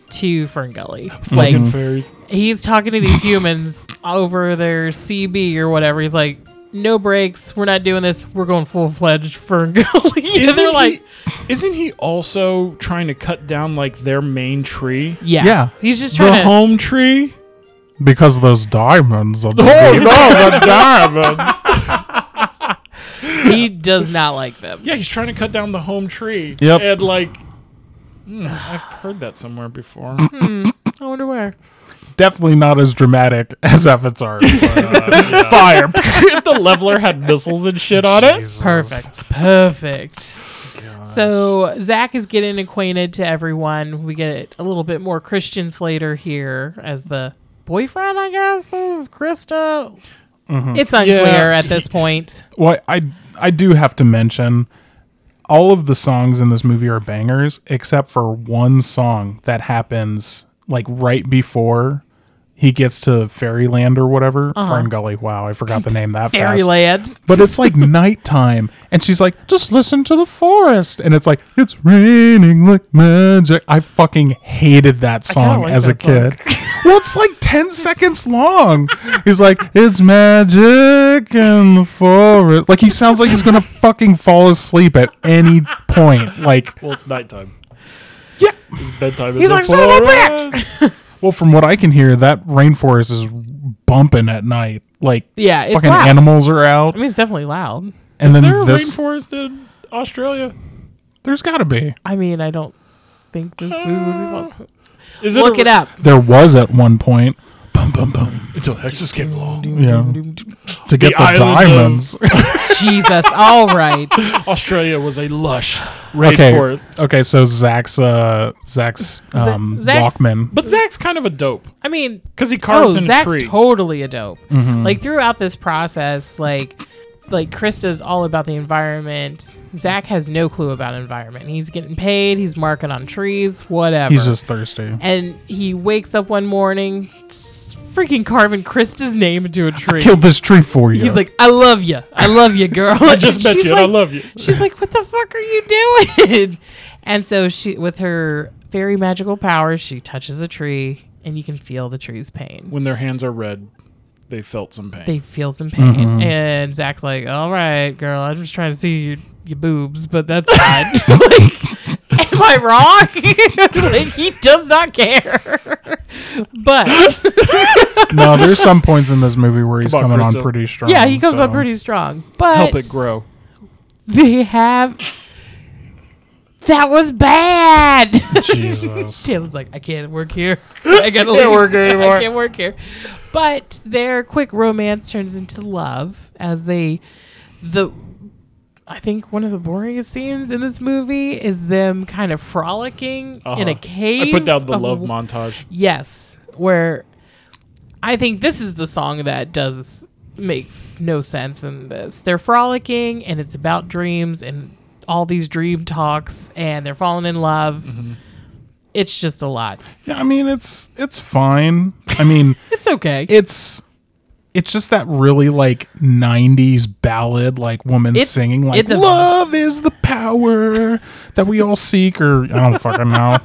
[SPEAKER 4] to Ferngully. Like
[SPEAKER 5] fairies.
[SPEAKER 4] he's talking to these humans over their CB or whatever. He's like, "No breaks. We're not doing this. We're going full fledged Ferngully." <laughs> and they're like,
[SPEAKER 5] he, isn't he also trying to cut down like their main tree?
[SPEAKER 4] "Yeah,
[SPEAKER 3] Yeah.
[SPEAKER 4] He's just
[SPEAKER 5] The
[SPEAKER 4] trying to.
[SPEAKER 5] home tree?
[SPEAKER 3] Because those diamonds are
[SPEAKER 5] Oh,
[SPEAKER 3] <laughs>
[SPEAKER 5] no, the diamonds.
[SPEAKER 4] He does not like them.
[SPEAKER 5] Yeah, he's trying to cut down the home tree.
[SPEAKER 3] Yep.
[SPEAKER 5] And like hmm, I've heard that somewhere before.
[SPEAKER 4] <laughs> I wonder where.
[SPEAKER 3] definitely not as dramatic as Avatar.
[SPEAKER 5] Fire. if the leveler had missiles and shit on it.
[SPEAKER 4] Perfect. Perfect. So Zach is getting acquainted to everyone. We get a little bit more Christian Slater here as the boyfriend, I guess, of Krista. It's unclear at this point.
[SPEAKER 3] Well, I I do have to mention all of the songs in this movie are bangers except for one song that happens like right before he gets to Fairyland or whatever. Ferngully. Wow, I forgot the name that fast.
[SPEAKER 4] Fairyland.
[SPEAKER 3] But it's
[SPEAKER 4] <laughs>
[SPEAKER 3] like nighttime, and she's like, "Just listen to the forest," and it's like, "It's raining like magic." I fucking hated that song
[SPEAKER 4] like
[SPEAKER 3] as
[SPEAKER 4] that
[SPEAKER 3] a kid. well, it's like
[SPEAKER 4] <laughs>
[SPEAKER 3] ten seconds long. He's like, "It's magic in the forest." Like he sounds like he's
[SPEAKER 4] <laughs>
[SPEAKER 3] gonna fucking fall asleep at any point. Like,
[SPEAKER 5] Well, it's nighttime.
[SPEAKER 3] Yeah.
[SPEAKER 5] It's bedtime in
[SPEAKER 4] He's
[SPEAKER 5] the
[SPEAKER 4] like, "Son of a bitch!"
[SPEAKER 5] forest.
[SPEAKER 3] well, from what I can hear, that rainforest is bumping at night. Like,
[SPEAKER 4] Yeah, it's
[SPEAKER 3] fucking
[SPEAKER 4] loud.
[SPEAKER 3] animals are out,
[SPEAKER 4] I mean, it's definitely loud.
[SPEAKER 3] and then
[SPEAKER 5] There a
[SPEAKER 3] this.
[SPEAKER 5] rainforest in Australia.
[SPEAKER 3] there's gotta be.
[SPEAKER 4] I mean, I don't think this movie would be possible.
[SPEAKER 5] Is
[SPEAKER 4] Look
[SPEAKER 5] a-
[SPEAKER 4] it up.
[SPEAKER 3] There was at one point.
[SPEAKER 2] Bum, bum, bum. Until Hexus came along.
[SPEAKER 3] Yeah. To get the,
[SPEAKER 5] The island of-
[SPEAKER 3] diamonds.
[SPEAKER 4] <laughs> Jesus. All right.
[SPEAKER 5] <laughs> Australia was a lush
[SPEAKER 3] okay.
[SPEAKER 5] rainforest.
[SPEAKER 3] Okay, so Zach's uh Zach's um
[SPEAKER 4] Zach's-
[SPEAKER 3] Walkman.
[SPEAKER 5] But Zach's kind of a dope
[SPEAKER 4] I mean,
[SPEAKER 5] because he
[SPEAKER 4] oh,
[SPEAKER 5] carves in
[SPEAKER 4] Zach's
[SPEAKER 5] a tree.
[SPEAKER 4] totally a dope.
[SPEAKER 5] Mm-hmm.
[SPEAKER 4] Like throughout this process, like like Krista's all about the environment. Zach has no clue about environment. He's getting paid. He's marking on trees. Whatever.
[SPEAKER 3] He's just thirsty.
[SPEAKER 4] and he wakes up one morning, s- freaking carving Krista's name into a tree.
[SPEAKER 3] Killed this tree for you.
[SPEAKER 4] He's like, "I love you. I love you, girl." I
[SPEAKER 5] <laughs>
[SPEAKER 4] <laughs>
[SPEAKER 5] just met you. and <laughs> I love you.
[SPEAKER 4] She's like, "What the fuck are you doing?" <laughs> And so she, with her very magical powers, she touches a tree, and you can feel the tree's pain.
[SPEAKER 5] When their hands are red, they felt some pain.
[SPEAKER 4] They feel some pain, and Zach's like, "All right, girl, I'm just trying to see your, your boobs, but that's fine." <laughs> like, am I wrong? <laughs> like, he does not care, but
[SPEAKER 3] no,
[SPEAKER 4] <laughs>
[SPEAKER 3] there's some points in this movie where he's
[SPEAKER 5] Come on,
[SPEAKER 3] coming on
[SPEAKER 5] Krista.
[SPEAKER 3] pretty strong.
[SPEAKER 4] yeah, he comes
[SPEAKER 3] Um, so-
[SPEAKER 4] up pretty <laughs> strong. But
[SPEAKER 5] Help it grow.
[SPEAKER 4] They have. That was bad. <laughs>
[SPEAKER 3] Jesus.
[SPEAKER 4] Tim's like, I can't work here. I
[SPEAKER 5] <laughs>
[SPEAKER 4] gotta leave.
[SPEAKER 5] work here anymore.
[SPEAKER 4] <laughs> I can't work here. But their quick romance turns into love as they, the, I think one of the boringest scenes in this movie is them kind of frolicking in
[SPEAKER 5] Uh-huh.
[SPEAKER 4] a cave.
[SPEAKER 5] I put down the
[SPEAKER 4] of-
[SPEAKER 5] love montage.
[SPEAKER 4] Yes, where I think this is the song that does makes no sense in this. They're frolicking and it's about dreams and all these dream talks and they're falling in love.
[SPEAKER 5] Mm-hmm.
[SPEAKER 4] It's just a lot.
[SPEAKER 3] Yeah, I mean it's it's fine. I mean
[SPEAKER 4] It's okay.
[SPEAKER 3] it's it's just that really like 90s ballad like woman
[SPEAKER 4] It's-
[SPEAKER 3] singing like
[SPEAKER 4] it's a-
[SPEAKER 3] love is the power that we all seek or i don't fucking
[SPEAKER 4] <laughs>
[SPEAKER 3] know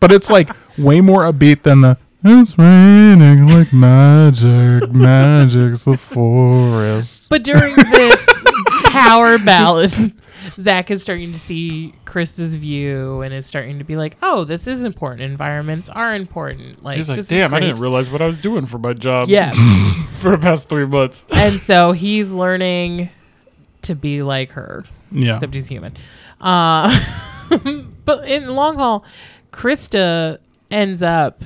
[SPEAKER 3] but it's like way more upbeat than the it's raining like magic magic's the forest
[SPEAKER 4] But during this power ballad, <laughs> Zach is starting to see Chris's view and is starting to be like, "Oh, this is important. Environments are important." Like,
[SPEAKER 5] He's like,
[SPEAKER 4] this is
[SPEAKER 5] damn, I
[SPEAKER 4] great."
[SPEAKER 5] didn't realize what I was doing for my job <laughs>
[SPEAKER 4] Yes.
[SPEAKER 5] for the past three months.
[SPEAKER 4] and so he's learning to be like her
[SPEAKER 3] Yeah.
[SPEAKER 4] except he's human. Uh, <laughs> but in the long haul, Krista ends up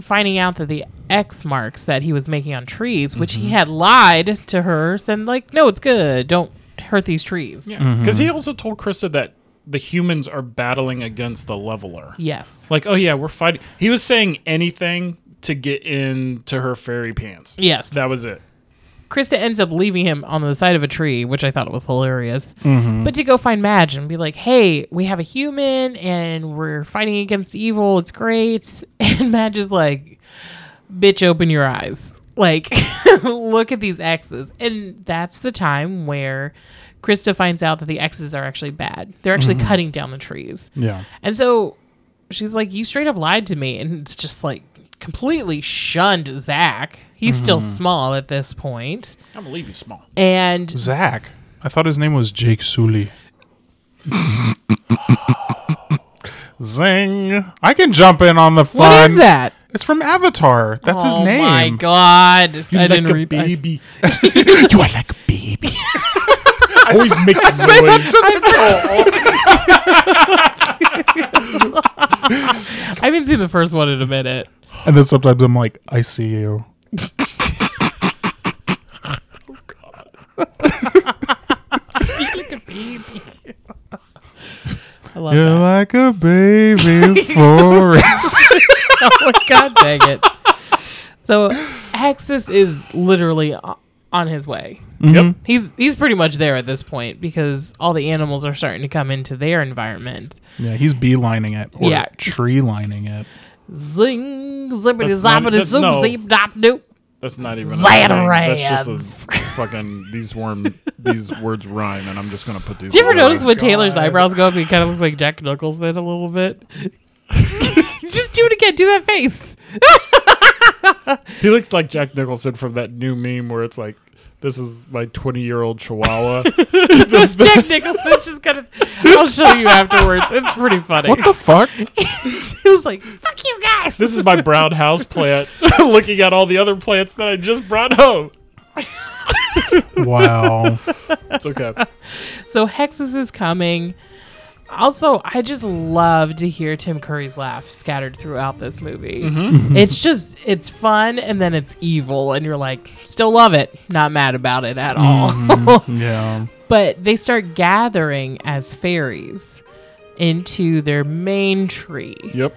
[SPEAKER 4] finding out that the X marks that he was making on trees, which he had lied to her, said like, "No, it's good. Don't hurt these trees."
[SPEAKER 5] Yeah, because he also told Krista that the humans are battling against the leveler.
[SPEAKER 4] Yes.
[SPEAKER 5] Like, oh yeah, we're fighting. He was saying anything to get into her fairy pants.
[SPEAKER 4] Yes.
[SPEAKER 5] that was it.
[SPEAKER 4] Krista ends up leaving him on the side of a tree, which I thought was hilarious. But to go find Madge and be like, hey, we have a human and we're fighting against evil. It's great. <laughs> And Madge is like, bitch, open your eyes. Like, <laughs> look at these X's. And that's the time where Krista finds out that the X's are actually bad. They're actually cutting down the trees.
[SPEAKER 3] Yeah.
[SPEAKER 4] And so she's like, You straight up lied to me. And it's just like completely shunned Zach. He's still
[SPEAKER 3] Mm-hmm.
[SPEAKER 4] small at this point.
[SPEAKER 5] I'm gonna leave you small.
[SPEAKER 4] And
[SPEAKER 3] Zach. I thought his name was Jake
[SPEAKER 4] <laughs>
[SPEAKER 3] Sully. Zing. I can jump in on the fun.
[SPEAKER 4] what is that?
[SPEAKER 3] It's from Avatar. That's his
[SPEAKER 4] oh
[SPEAKER 3] name.
[SPEAKER 4] my
[SPEAKER 3] <laughs>
[SPEAKER 4] God. I didn't read that. <laughs>
[SPEAKER 5] baby. <laughs>
[SPEAKER 3] You are like a baby.
[SPEAKER 5] Always make noise.
[SPEAKER 4] I haven't seen the first one in a minute.
[SPEAKER 3] and then sometimes I'm like, I see you.
[SPEAKER 4] <laughs> I love
[SPEAKER 3] You're like a <laughs> baby forest.
[SPEAKER 4] that. Oh my God, dang it. So Hexus is literally o- on his way.
[SPEAKER 5] Yep.
[SPEAKER 4] He's he's pretty much there at this point because all the animals are starting to come into their environment.
[SPEAKER 3] yeah, he's beelining it or
[SPEAKER 4] Yeah.
[SPEAKER 3] tree lining it.
[SPEAKER 4] Zing, zippity
[SPEAKER 5] That's not-
[SPEAKER 4] zoppity
[SPEAKER 5] that's-
[SPEAKER 4] zoom,
[SPEAKER 5] no.
[SPEAKER 4] zip dop doop.
[SPEAKER 5] That's not even. A thing. That's
[SPEAKER 4] Zatarans.
[SPEAKER 5] just a fucking these worm. These words rhyme, and I'm just gonna put these.
[SPEAKER 4] Do you ever
[SPEAKER 5] words-
[SPEAKER 4] notice when Taylor's eyebrows go up, he kind of looks like Jack Nicholson a little
[SPEAKER 5] <laughs>
[SPEAKER 4] bit? Just do it again. Do that face.
[SPEAKER 5] He looked like Jack Nicholson from that new meme where it's like, "This is my 20 year
[SPEAKER 4] <laughs>
[SPEAKER 5] old Chihuahua."
[SPEAKER 4] Jack Nicholson's just kind of. I'll show you afterwards. It's pretty funny.
[SPEAKER 3] What the <laughs> fuck?
[SPEAKER 4] <laughs> He was like, "Fuck you guys."
[SPEAKER 5] This is my brown house plant. <laughs> Looking at all the other plants that I just brought home.
[SPEAKER 3] wow.
[SPEAKER 5] It's
[SPEAKER 4] <laughs>
[SPEAKER 5] okay.
[SPEAKER 4] So Hexus is coming. Also, I just love to hear Tim Curry's laugh scattered throughout this movie.
[SPEAKER 5] Mm-hmm.
[SPEAKER 4] It's just, it's fun and then it's evil, and you're like, still love it. Not mad about it at all.
[SPEAKER 5] Mm-hmm.
[SPEAKER 3] Yeah.
[SPEAKER 4] but they start gathering as fairies into their main tree.
[SPEAKER 5] Yep.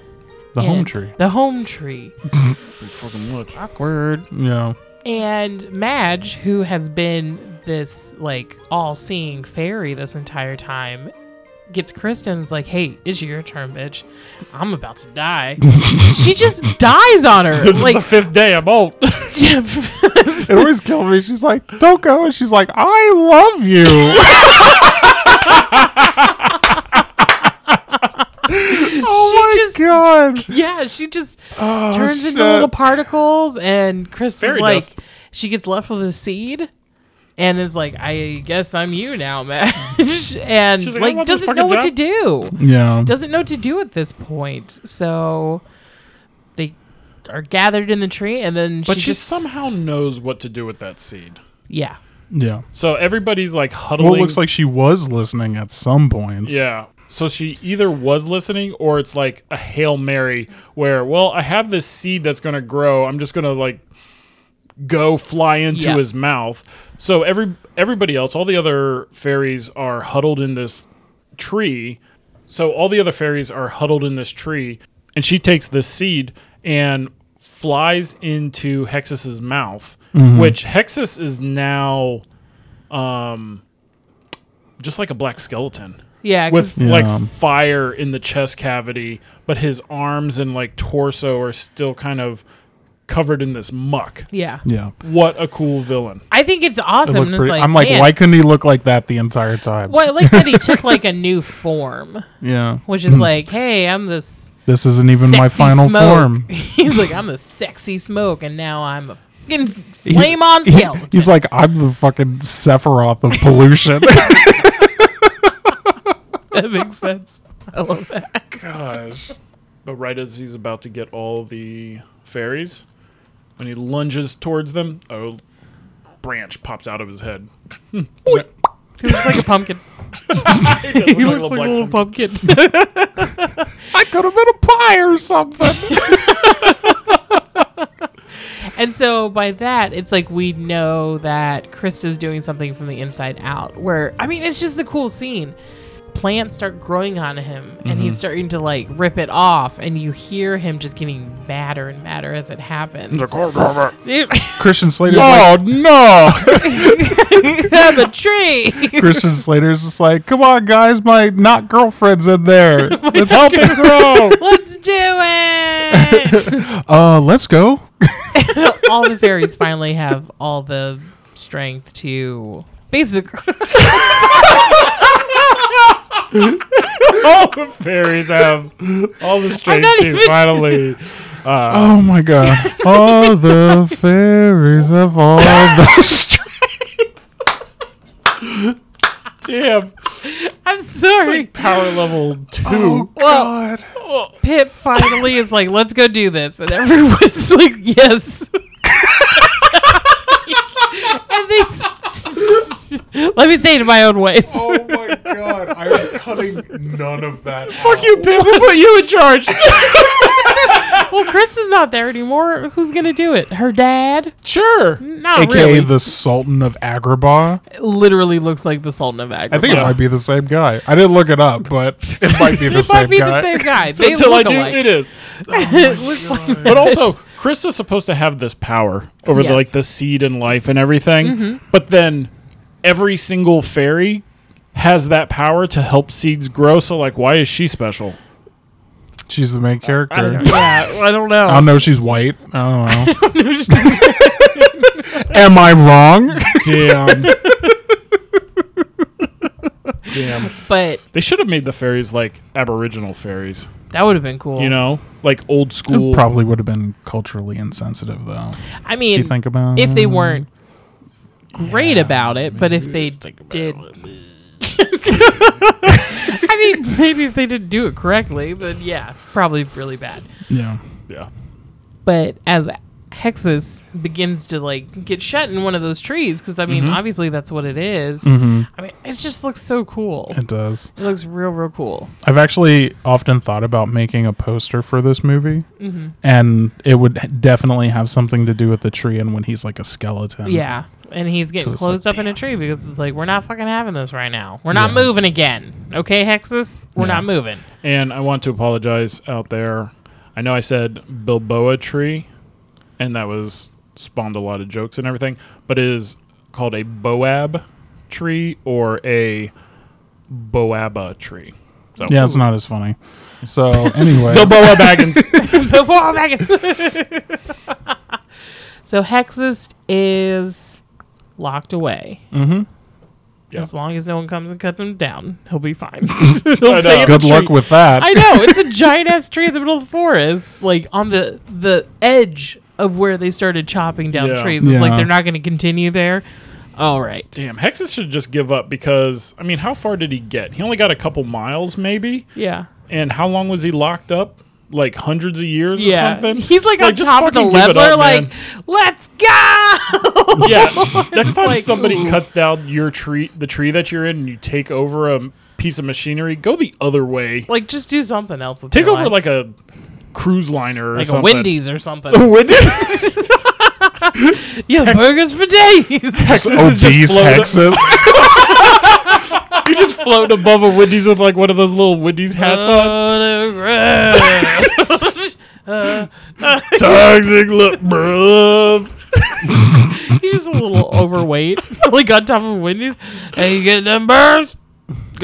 [SPEAKER 3] The
[SPEAKER 4] And-
[SPEAKER 3] home tree.
[SPEAKER 4] The home tree.
[SPEAKER 5] Fucking much.
[SPEAKER 4] Awkward.
[SPEAKER 3] Yeah.
[SPEAKER 4] And Madge, who has been this like all seeing fairy this entire time, gets Kristen's like, hey, it's your turn, bitch. I'm about to
[SPEAKER 3] <laughs>
[SPEAKER 4] die. she just dies on her.
[SPEAKER 5] This
[SPEAKER 4] like,
[SPEAKER 5] is the fifth day. I'm old.
[SPEAKER 4] <laughs>
[SPEAKER 3] It always killed me. She's like, don't go. And she's like, I love <laughs> you.
[SPEAKER 4] oh she just,
[SPEAKER 3] God.
[SPEAKER 4] yeah, she just
[SPEAKER 5] Oh,
[SPEAKER 4] turns
[SPEAKER 3] shit.
[SPEAKER 4] into little particles, and Kristen's
[SPEAKER 5] Fairy
[SPEAKER 4] like,
[SPEAKER 5] dust.
[SPEAKER 4] she gets left with a seed. And is like, I guess I'm you now, <laughs> Madge. and
[SPEAKER 5] She's like, I
[SPEAKER 4] like,
[SPEAKER 5] want this
[SPEAKER 4] doesn't know
[SPEAKER 5] fucking
[SPEAKER 4] what to
[SPEAKER 5] job.
[SPEAKER 4] do.
[SPEAKER 3] Yeah.
[SPEAKER 4] doesn't know what to do at this point. So they are gathered in the tree, and then
[SPEAKER 5] But
[SPEAKER 4] she,
[SPEAKER 5] she,
[SPEAKER 4] just
[SPEAKER 5] somehow knows what to do with that seed.
[SPEAKER 4] yeah.
[SPEAKER 3] yeah.
[SPEAKER 5] So everybody's like huddling.
[SPEAKER 3] Well, it looks like she was listening at some points.
[SPEAKER 5] Yeah. So she either was listening or it's like a Hail Mary where, well, I have this seed that's going to grow. I'm just going to like go fly into
[SPEAKER 4] Yeah.
[SPEAKER 5] his mouth. So every everybody else, all the other fairies are huddled in this tree. So all the other fairies are huddled in this tree and she takes this seed and flies into Hexus's mouth, which Hexus is now um just like a black skeleton
[SPEAKER 4] Yeah, 'cause-
[SPEAKER 5] with
[SPEAKER 3] Yeah.
[SPEAKER 5] like fire in the chest cavity, but his arms and like torso are still kind of covered in this muck.
[SPEAKER 4] yeah.
[SPEAKER 3] Yeah.
[SPEAKER 5] What a cool villain!
[SPEAKER 4] I think it's
[SPEAKER 3] It
[SPEAKER 4] awesome.
[SPEAKER 3] looked
[SPEAKER 4] and it's
[SPEAKER 3] pretty-
[SPEAKER 4] like,
[SPEAKER 3] I'm like,
[SPEAKER 4] man,
[SPEAKER 3] why couldn't he look like that the entire time?
[SPEAKER 4] Well, I like that he took like a new form,
[SPEAKER 3] Yeah.
[SPEAKER 4] which is like, hey, I'm this
[SPEAKER 3] This isn't even my
[SPEAKER 4] sexy
[SPEAKER 3] final
[SPEAKER 4] smoke.
[SPEAKER 3] form.
[SPEAKER 4] <laughs> He's like, I'm a sexy smoke, and now I'm a fucking flame on
[SPEAKER 3] He-
[SPEAKER 4] skeleton.
[SPEAKER 3] he's like, I'm the fucking Sephiroth of <laughs> pollution.
[SPEAKER 4] <laughs> that makes sense. I love that.
[SPEAKER 5] Gosh! But right as he's about to get all the fairies, when he lunges towards them, a branch pops out of his head.
[SPEAKER 4] He looks like a <laughs> pumpkin.
[SPEAKER 5] He
[SPEAKER 4] he looks like a little pumpkin.
[SPEAKER 3] I could have been a pie or something.
[SPEAKER 4] <laughs> and so by that, it's like we know that Krista's doing something from the inside out. Where I mean, it's just the cool scene. Plants start growing on him, and he's starting to like rip it off, and you hear him just getting madder and madder as it
[SPEAKER 3] <laughs>
[SPEAKER 4] happens. <laughs>
[SPEAKER 3] Christian Slater's
[SPEAKER 5] Oh no!
[SPEAKER 4] Grab a tree.
[SPEAKER 3] like <laughs> Christian Slater's just like, come on guys, my not girlfriend's in <laughs> there. Let's help it grow. <laughs>
[SPEAKER 4] Let's do it.
[SPEAKER 3] Uh, let's go.
[SPEAKER 4] <laughs> all the fairies finally have all the strength to <laughs> basically.
[SPEAKER 5] <laughs> all the fairies have all the strength
[SPEAKER 4] not
[SPEAKER 5] to
[SPEAKER 4] even-
[SPEAKER 5] finally.
[SPEAKER 3] Oh my <laughs> god. All the fairies of all <laughs> the strength.
[SPEAKER 5] Damn,
[SPEAKER 4] I'm sorry.
[SPEAKER 5] power level two.
[SPEAKER 4] Well- Pip finally is like, let's go do this. And everyone's <laughs> like, yes. and they. <laughs> Let me say it in my own ways.
[SPEAKER 1] Oh my god, I am cutting none of that.
[SPEAKER 5] Fuck you, Pip. We put you in charge.
[SPEAKER 4] <laughs> Well, Chris is not there anymore. Who's going to do it? Her dad?
[SPEAKER 5] sure.
[SPEAKER 4] Not
[SPEAKER 3] AKA
[SPEAKER 4] really.
[SPEAKER 3] the Sultan of Agrabah.
[SPEAKER 4] Literally looks like the Sultan of Agrabah.
[SPEAKER 3] I think it
[SPEAKER 5] Yeah.
[SPEAKER 3] might be the same guy. I didn't look it up, <laughs> but it might be the
[SPEAKER 4] it might
[SPEAKER 3] same
[SPEAKER 4] be
[SPEAKER 3] guy. <laughs>
[SPEAKER 4] the same guy.
[SPEAKER 5] So
[SPEAKER 4] they
[SPEAKER 5] <laughs> until I
[SPEAKER 4] look
[SPEAKER 5] do,
[SPEAKER 4] alike. <laughs>
[SPEAKER 5] it is. But also, Krista's supposed to have this power over the,
[SPEAKER 4] Yes.
[SPEAKER 5] like the seed and life and everything. But then every single fairy has that power to help seeds grow. So like, why is she special?
[SPEAKER 3] She's the main character. I
[SPEAKER 5] don't
[SPEAKER 3] don't know,
[SPEAKER 4] <laughs> yeah, I don't know.
[SPEAKER 3] she's white. <laughs> I don't know. <laughs> Am I wrong?
[SPEAKER 5] <laughs>
[SPEAKER 3] <laughs>
[SPEAKER 5] Damn. Damn.
[SPEAKER 4] but
[SPEAKER 5] They should have made the fairies like Aboriginal fairies.
[SPEAKER 4] that would have been cool.
[SPEAKER 5] You know, like old
[SPEAKER 3] <laughs>
[SPEAKER 5] school.
[SPEAKER 3] Probably would have been culturally insensitive, though.
[SPEAKER 4] I
[SPEAKER 3] You
[SPEAKER 4] mean,
[SPEAKER 3] think about
[SPEAKER 4] if they weren't great about it, but if they did. <laughs> I mean, maybe if they didn't do it correctly, then yeah, probably really bad.
[SPEAKER 3] yeah.
[SPEAKER 5] Yeah.
[SPEAKER 4] But as Hexus begins to like get shut in one of those trees, because I mean, obviously that's what it is. I mean, it just looks so cool.
[SPEAKER 3] It does.
[SPEAKER 4] It looks real, real cool.
[SPEAKER 3] I've actually often thought about making a poster for this movie,
[SPEAKER 4] Mm-hmm.
[SPEAKER 3] and it would h- definitely have something to do with the tree and when he's like a skeleton.
[SPEAKER 4] Yeah. And he's getting
[SPEAKER 3] 'Cause it's like,
[SPEAKER 4] closed up in a tree because it's like, we're not fucking having this right now. We're not moving again. Okay, Hexus? We're not moving. <laughs>
[SPEAKER 5] And I want to apologize out there. I know I said Bilboa tree, and that was spawned a lot of jokes and everything, but it is called a boab tree or a boaba tree. So
[SPEAKER 3] Yeah, it's not as funny. So, <laughs> anyway,
[SPEAKER 5] Bilboa Baggins.
[SPEAKER 4] Before I'm back in- <laughs> so Hexus is locked away. Mm-hmm.
[SPEAKER 5] Yeah.
[SPEAKER 4] As long as no one comes and cuts him down, he'll
[SPEAKER 3] <laughs>
[SPEAKER 4] be fine. <laughs> He'll stay in the
[SPEAKER 3] good luck
[SPEAKER 4] tree.
[SPEAKER 3] with that.
[SPEAKER 4] <laughs> I know it's a giant ass tree in the middle of the forest, like on the the edge of where they started chopping down
[SPEAKER 5] Yeah.
[SPEAKER 4] trees. It's like
[SPEAKER 3] Yeah.
[SPEAKER 4] they're not going to continue there. All right.
[SPEAKER 5] Damn, Hexus should just give up because I mean, how far did he get? He only got a couple miles, maybe.
[SPEAKER 4] Yeah.
[SPEAKER 5] And how long was he locked up? Like hundreds of years or
[SPEAKER 4] Yeah.
[SPEAKER 5] something.
[SPEAKER 4] He's like, on
[SPEAKER 5] just
[SPEAKER 4] top of the
[SPEAKER 5] fucking give it
[SPEAKER 4] leveler,
[SPEAKER 5] up, man.
[SPEAKER 4] like, let's go. <laughs>
[SPEAKER 5] Yeah. Next time
[SPEAKER 4] like,
[SPEAKER 5] somebody
[SPEAKER 4] ooh.
[SPEAKER 5] cuts down your tree, the tree that you're in, and you take over a piece of machinery, go the other way.
[SPEAKER 4] like, just do something else. With
[SPEAKER 5] Take
[SPEAKER 4] your
[SPEAKER 5] over
[SPEAKER 4] life.
[SPEAKER 5] like a cruise liner or
[SPEAKER 4] like a
[SPEAKER 5] something. <laughs>
[SPEAKER 4] Wendy's or something. <laughs>
[SPEAKER 5] Wendy's.
[SPEAKER 4] yeah, burgers for
[SPEAKER 5] <laughs>
[SPEAKER 4] days.
[SPEAKER 3] oh,
[SPEAKER 5] Hexus is
[SPEAKER 3] these
[SPEAKER 5] just <laughs> floating,
[SPEAKER 3] hexes.
[SPEAKER 5] you're just floating above a Wendy's with like one of those little Wendy's hats
[SPEAKER 4] Uh.
[SPEAKER 5] on.
[SPEAKER 4] Photograph.
[SPEAKER 5] Toxic look, bruv.
[SPEAKER 4] <laughs> He's just a little overweight, <laughs> like on top of Wendy's. And you get them burgers. Good. <laughs>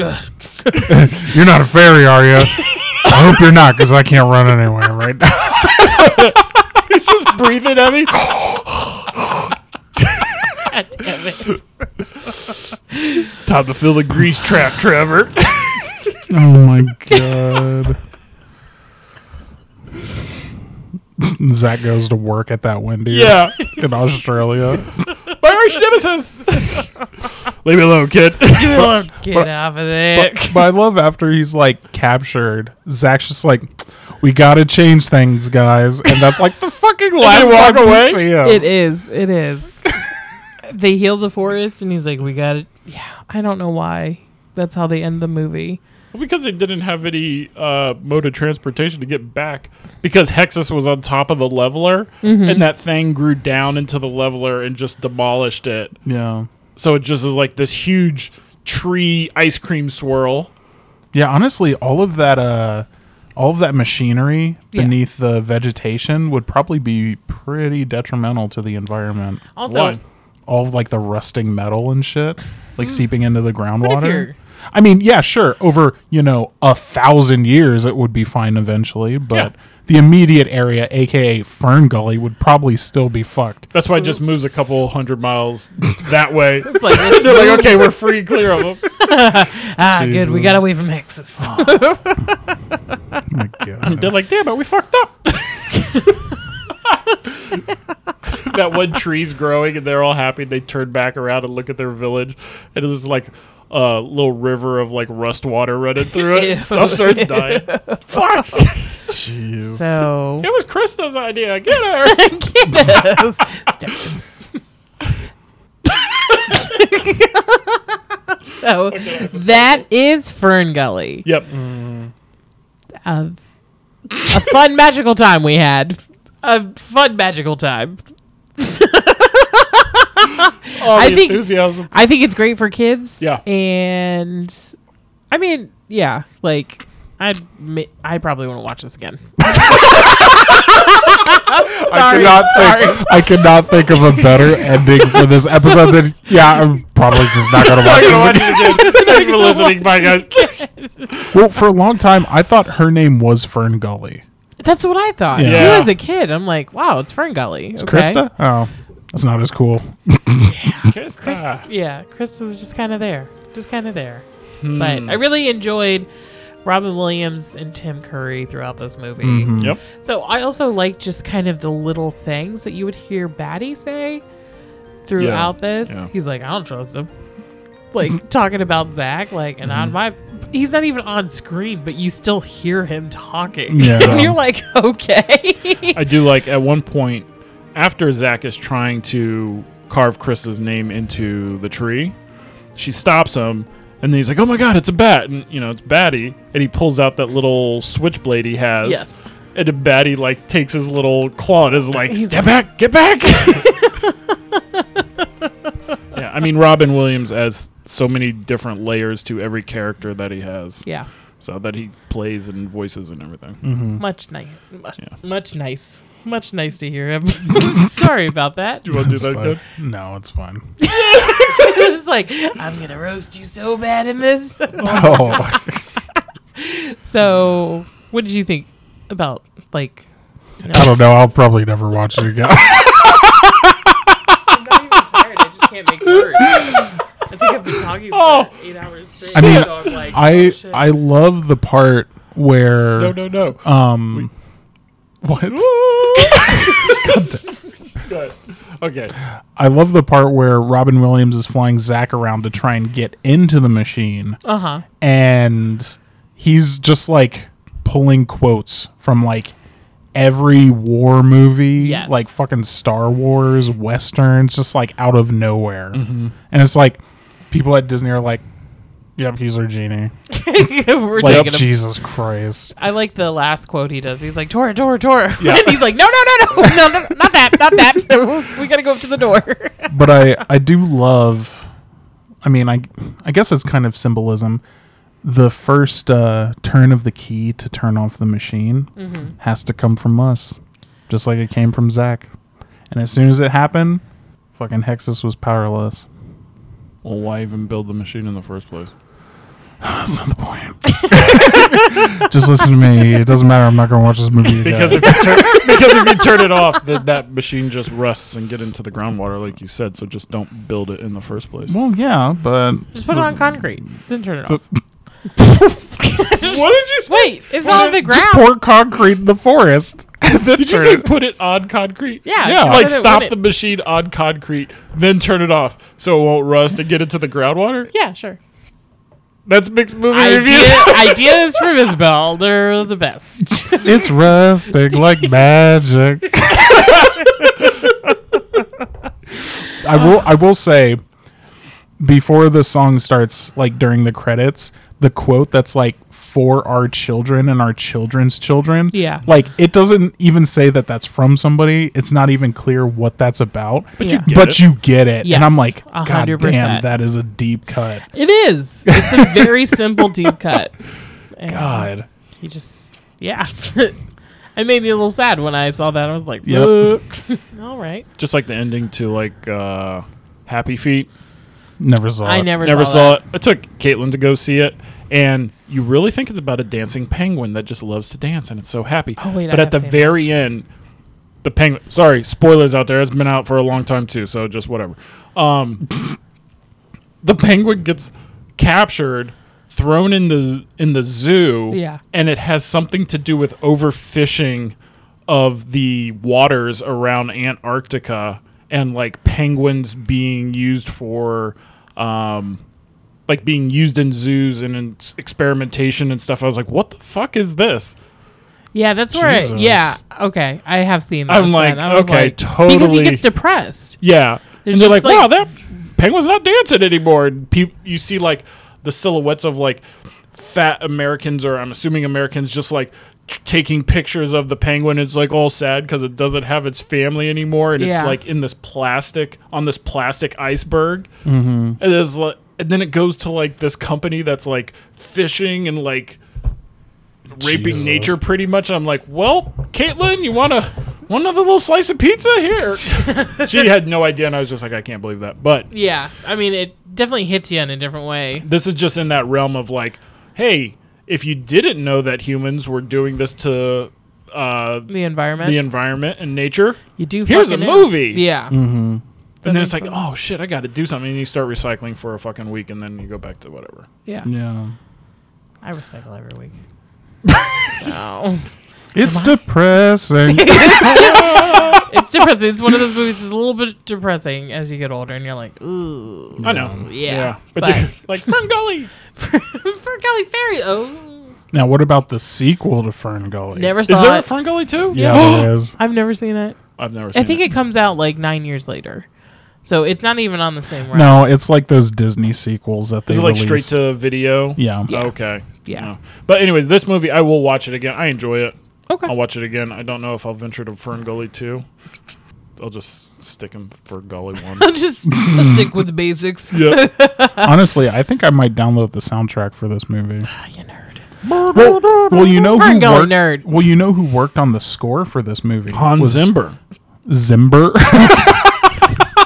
[SPEAKER 3] You're not a fairy, are
[SPEAKER 5] <laughs>
[SPEAKER 3] you? I hope you're not, because I can't run anywhere right now.
[SPEAKER 5] Breathing at me.
[SPEAKER 4] God damn it.
[SPEAKER 5] <gasps> Time to fill the grease trap, Trevor.
[SPEAKER 3] <laughs> Oh my god. <laughs> Zach goes to work at that Wendy's
[SPEAKER 5] yeah.
[SPEAKER 3] in
[SPEAKER 5] <laughs>
[SPEAKER 3] Australia.
[SPEAKER 5] My arch nemesis. <laughs> Leave me alone, kid. <laughs>
[SPEAKER 4] Get
[SPEAKER 3] but-
[SPEAKER 4] off of there.
[SPEAKER 3] But, but I love after he's like captured. Zach's just like, we gotta change things, guys, and that's like the
[SPEAKER 5] <laughs>
[SPEAKER 3] fucking last
[SPEAKER 5] walk
[SPEAKER 3] time we
[SPEAKER 5] away?
[SPEAKER 3] see him.
[SPEAKER 4] <laughs> It is. It is. they heal the forest, and he's like, "We got it. I don't know why. That's how they end the movie.
[SPEAKER 5] Well, because they didn't have any uh, mode of transportation to get back. Because Hexus was on top of the leveler,
[SPEAKER 4] Mm-hmm.
[SPEAKER 5] and that thing grew down into the leveler and just demolished it.
[SPEAKER 3] Yeah.
[SPEAKER 5] So it just is like this huge tree ice cream swirl.
[SPEAKER 3] Yeah, honestly, all of that uh all of that machinery
[SPEAKER 4] Yeah.
[SPEAKER 3] beneath the vegetation would probably be pretty detrimental to the environment.
[SPEAKER 4] Also,
[SPEAKER 5] Why?
[SPEAKER 3] All of like the rusting metal and shit, like seeping into the groundwater.
[SPEAKER 4] Hmm. you're-
[SPEAKER 3] I mean, yeah, sure. Over, you know, a thousand years it would be fine eventually, but
[SPEAKER 5] Yeah.
[SPEAKER 3] the immediate area, aka Fern Gully, would probably still be fucked.
[SPEAKER 5] That's why it just moves a couple hundred miles that way.
[SPEAKER 4] it's like, it's-
[SPEAKER 5] <laughs> They're like, okay, we're free and clear of them.
[SPEAKER 4] ah, good. We got away from Hexus.
[SPEAKER 3] Oh my
[SPEAKER 4] <laughs>
[SPEAKER 3] God.
[SPEAKER 5] <laughs> They're like, damn it, we fucked up. <laughs> that one tree's growing and they're all happy. They turn back around and look at their village. And it's just like a little river of like rust water running through
[SPEAKER 4] <laughs>
[SPEAKER 5] it.
[SPEAKER 4] Ew.
[SPEAKER 5] Stuff
[SPEAKER 4] <laughs>
[SPEAKER 5] starts dying. Fuck! It
[SPEAKER 3] Jeez.
[SPEAKER 4] So,
[SPEAKER 5] was Krista's idea. Get
[SPEAKER 4] <laughs>
[SPEAKER 5] her!
[SPEAKER 4] so that is Fern Gully.
[SPEAKER 5] yep.
[SPEAKER 4] Of a fun magical time we had. A fun magical time.
[SPEAKER 5] All
[SPEAKER 4] I
[SPEAKER 5] the
[SPEAKER 4] think-
[SPEAKER 5] enthusiasm. <laughs>
[SPEAKER 4] I think it's great for kids.
[SPEAKER 5] Yeah.
[SPEAKER 4] And I mean, yeah, like I I probably want to watch this again.
[SPEAKER 3] I
[SPEAKER 4] sorry.
[SPEAKER 3] cannot think. I cannot think of a better ending for this episode than yeah. I'm probably just
[SPEAKER 4] <laughs>
[SPEAKER 3] not gonna watch
[SPEAKER 5] I'm gonna
[SPEAKER 3] this.
[SPEAKER 5] watch it again. Thanks for listening. Bye, guys.
[SPEAKER 3] Well, for a long time, I thought her name was Fern Gully.
[SPEAKER 4] That's what I thought
[SPEAKER 5] Yeah.
[SPEAKER 4] too as a kid. I'm like, wow, it's Fern Gully. It's
[SPEAKER 3] Krista? Oh, that's not as cool.
[SPEAKER 5] Krista.
[SPEAKER 4] Yeah, Krista's just kind of there, just kind of there.
[SPEAKER 5] Hmm.
[SPEAKER 4] But I really enjoyed Robin Williams and Tim Curry throughout this movie.
[SPEAKER 5] Yep.
[SPEAKER 4] So I also like just kind of the little things that you would hear Batty say throughout this.
[SPEAKER 5] yeah.
[SPEAKER 4] He's like, I don't trust him. Like <laughs> talking about Zach, like, and
[SPEAKER 5] Mm-hmm.
[SPEAKER 4] on my, he's not even on screen, but you still hear him talking.
[SPEAKER 3] Yeah.
[SPEAKER 4] <laughs> and you're like, okay. <laughs>
[SPEAKER 5] I do like at one point after Zach is trying to carve Krista's name into the tree, she stops him and then he's like, Oh my god, it's a bat and you know, it's Batty and he pulls out that little switchblade he has.
[SPEAKER 4] yes.
[SPEAKER 5] And then Batty like takes his little
[SPEAKER 4] <laughs>
[SPEAKER 5] claw and is like,
[SPEAKER 4] He's
[SPEAKER 5] Step back, get
[SPEAKER 4] <laughs>
[SPEAKER 5] back <laughs> Yeah, I mean Robin Williams has so many different layers to every character that he has.
[SPEAKER 4] Yeah.
[SPEAKER 5] So that he plays and voices and everything.
[SPEAKER 4] Much nice. Much,
[SPEAKER 5] Mm-hmm. Yeah.
[SPEAKER 4] much nice. Much nice to hear
[SPEAKER 5] <laughs>
[SPEAKER 4] him. <laughs> Sorry about that.
[SPEAKER 5] You wanna do that again?
[SPEAKER 3] No, it's fine.
[SPEAKER 4] <laughs> it's like, I'm going to roast you so bad in this.
[SPEAKER 3] Oh,
[SPEAKER 4] <laughs> So, what did you think about, like,
[SPEAKER 3] <laughs> I don't know. I'll probably never watch it again.
[SPEAKER 4] I'm not even tired. I just can't make <laughs> words. I think I've been talking for eight hours straight.
[SPEAKER 3] I mean,
[SPEAKER 4] so I'm like, oh,
[SPEAKER 3] I
[SPEAKER 4] shit.
[SPEAKER 3] I love the part where
[SPEAKER 5] No, no, no.
[SPEAKER 3] um <laughs> what
[SPEAKER 5] Good. Okay.
[SPEAKER 3] I love the part where Robin Williams is flying Zach around to try and get into the machine.
[SPEAKER 4] <laughs> uh-huh.
[SPEAKER 3] and he's just like pulling quotes from like every war movie,
[SPEAKER 4] Yes.
[SPEAKER 3] like fucking Star Wars, westerns, just like out of nowhere.
[SPEAKER 4] Mm-hmm.
[SPEAKER 3] And it's like people at Disney are like, "Yep, he's our genie."
[SPEAKER 4] We're
[SPEAKER 3] Like
[SPEAKER 4] taking a-
[SPEAKER 3] Jesus Christ,
[SPEAKER 4] I like the last quote he does. He's like, Tora, Tora, Tora. <laughs> and he's like, no, no, no, no, no, no, not that, not <laughs> that. we got to go up to the door.
[SPEAKER 3] but I I do love. I mean, I I guess it's kind of symbolism. The first uh, turn of the key to turn off the machine
[SPEAKER 4] Mm-hmm.
[SPEAKER 3] has to come from us, just like it came from Zach. And as soon as it happened, fucking Hexus was powerless.
[SPEAKER 5] Well, why even build the machine in the first place?
[SPEAKER 3] That's not the point. <laughs> just listen to me. It doesn't matter. I'm not gonna watch this movie again.
[SPEAKER 5] Because if you turn, <laughs> because if you turn it off, then that machine just rusts and get into the groundwater, like you said. So just don't build it in the first place.
[SPEAKER 3] well, yeah, but
[SPEAKER 4] Just put it on concrete. Then turn it off.
[SPEAKER 5] did you say?
[SPEAKER 4] Wait, it's on the ground.
[SPEAKER 3] just pour concrete in the forest. <laughs>
[SPEAKER 5] Did you say put it on concrete?
[SPEAKER 4] yeah.
[SPEAKER 3] Yeah.
[SPEAKER 4] just
[SPEAKER 5] Like
[SPEAKER 4] put it-
[SPEAKER 5] stop
[SPEAKER 4] put it-
[SPEAKER 5] the machine on concrete, then turn it off so it won't rust and get into the groundwater.
[SPEAKER 4] Yeah, sure.
[SPEAKER 5] That's mixed movie <laughs> review.
[SPEAKER 4] Idea, ideas from Isabel. They're the best.
[SPEAKER 3] it's rusting like magic. I will I will say before the song starts, like during the credits, the quote that's like for our children and our children's children.
[SPEAKER 4] Yeah.
[SPEAKER 3] Like it doesn't even say that that's from somebody. It's not even clear what that's about. But
[SPEAKER 4] you Yeah.
[SPEAKER 5] get
[SPEAKER 3] but
[SPEAKER 5] it.
[SPEAKER 3] you get it.
[SPEAKER 4] Yes,
[SPEAKER 3] and I'm like,
[SPEAKER 4] a
[SPEAKER 3] God
[SPEAKER 4] hundred
[SPEAKER 3] damn,
[SPEAKER 4] percent.
[SPEAKER 3] that is a deep cut.
[SPEAKER 4] It is. It's a very simple deep cut. And
[SPEAKER 3] God.
[SPEAKER 4] He just, yeah. <laughs> it made me a little sad when I saw that. I was like,
[SPEAKER 3] Yep.
[SPEAKER 4] "Fuck." <laughs> all right.
[SPEAKER 5] Just like the ending to like uh, Happy Feet.
[SPEAKER 3] Never saw
[SPEAKER 4] I
[SPEAKER 3] it.
[SPEAKER 4] never,
[SPEAKER 5] Never
[SPEAKER 4] saw,
[SPEAKER 5] saw
[SPEAKER 4] that.
[SPEAKER 5] it. I took Caitlin to go see it, and you really think it's about a dancing penguin that just loves to dance and it's so happy.
[SPEAKER 4] Oh, wait, I
[SPEAKER 5] but
[SPEAKER 4] have
[SPEAKER 5] at the
[SPEAKER 4] seen
[SPEAKER 5] very end, the penguin. Sorry, spoilers out there. It's been out for a long time too, so just whatever. Um, the penguin gets captured, thrown in the in the zoo.
[SPEAKER 4] Yeah.
[SPEAKER 5] and it has something to do with overfishing of the waters around Antarctica and like penguins being used for um like being used in zoos and in s- experimentation and stuff. I was like, what the fuck is this?
[SPEAKER 4] Yeah, that's where. I,
[SPEAKER 5] Jesus.
[SPEAKER 4] yeah. Okay. I have seen that.
[SPEAKER 5] I'm like,
[SPEAKER 4] I was
[SPEAKER 5] okay,
[SPEAKER 4] Because he
[SPEAKER 5] totally.
[SPEAKER 4] gets depressed.
[SPEAKER 5] Yeah.
[SPEAKER 4] They're
[SPEAKER 5] and they're
[SPEAKER 4] just
[SPEAKER 5] like,
[SPEAKER 4] like-
[SPEAKER 5] wow, that penguin's not dancing anymore. And peop you see like the silhouettes of like fat Americans or I'm assuming Americans just like t- taking pictures of the penguin. It's like all sad because it doesn't have its family anymore. And
[SPEAKER 4] Yeah.
[SPEAKER 5] it's like in this plastic, on this plastic iceberg. Mm-hmm. And, it's like, and then it goes to like this company that's like fishing and like raping
[SPEAKER 3] Jesus.
[SPEAKER 5] nature pretty much. I'm like, well, Caitlin, you want to one other little slice of pizza here? she had no idea, and I was just like, I can't believe that. But
[SPEAKER 4] Yeah. I mean, it definitely hits you in a different way.
[SPEAKER 5] this is just in that realm of like, hey, if you didn't know that humans were doing this to uh,
[SPEAKER 4] The environment.
[SPEAKER 5] the environment and nature,
[SPEAKER 4] you do.
[SPEAKER 5] Here's a
[SPEAKER 4] fucking know.
[SPEAKER 5] movie. Mm-hmm.
[SPEAKER 4] Yeah.
[SPEAKER 5] and then
[SPEAKER 4] makes
[SPEAKER 5] it's like,
[SPEAKER 4] sense.
[SPEAKER 5] oh shit, I got to do something, and you start recycling for a fucking week, and then you go back to whatever.
[SPEAKER 4] Yeah.
[SPEAKER 3] Yeah.
[SPEAKER 4] I recycle every week. no.
[SPEAKER 3] It's
[SPEAKER 4] <laughs>
[SPEAKER 3] depressing.
[SPEAKER 4] It's depressing. It's one of those movies that's a little bit depressing as you get older, and you're like, ooh,
[SPEAKER 5] I know,
[SPEAKER 4] yeah.
[SPEAKER 5] but,
[SPEAKER 4] But-
[SPEAKER 5] you're <laughs> like
[SPEAKER 4] <laughs>
[SPEAKER 5] Fern Gully.
[SPEAKER 4] for, for Kelly Fairy. Oh,
[SPEAKER 3] now what about the sequel to Fern Gully?
[SPEAKER 4] never
[SPEAKER 5] Is
[SPEAKER 4] saw
[SPEAKER 5] there a
[SPEAKER 4] it.
[SPEAKER 5] Fern Gully
[SPEAKER 4] <gasps>
[SPEAKER 5] too?
[SPEAKER 3] Yeah, there is.
[SPEAKER 4] I've never seen it.
[SPEAKER 5] I've never. Seen
[SPEAKER 4] I think
[SPEAKER 5] it.
[SPEAKER 4] it comes out like nine years later, so it's not even on the same round.
[SPEAKER 3] No, it's like those Disney sequels that they
[SPEAKER 5] Is it like straight
[SPEAKER 3] released.
[SPEAKER 5] to video? Oh,
[SPEAKER 3] yeah.
[SPEAKER 4] Yeah.
[SPEAKER 5] Okay.
[SPEAKER 4] Yeah.
[SPEAKER 5] No. But anyways, this movie I will watch it again. I enjoy it.
[SPEAKER 4] Okay.
[SPEAKER 5] I'll watch it again. I don't know if I'll venture to Fern Gully two. I'll just stick him for Gully
[SPEAKER 4] <laughs>
[SPEAKER 5] one.
[SPEAKER 4] I'm <laughs> just I'll stick with the basics.
[SPEAKER 5] <laughs> yeah.
[SPEAKER 3] Honestly, I think I might download the soundtrack for this
[SPEAKER 4] <laughs>
[SPEAKER 3] movie.
[SPEAKER 4] you nerd.
[SPEAKER 3] Well, well, you know
[SPEAKER 4] Fern
[SPEAKER 3] who
[SPEAKER 4] Gully
[SPEAKER 3] worked,
[SPEAKER 4] nerd.
[SPEAKER 3] Well, you know who worked on the score for this movie?
[SPEAKER 5] Hans
[SPEAKER 3] Was
[SPEAKER 5] Zimmer.
[SPEAKER 3] Zimber.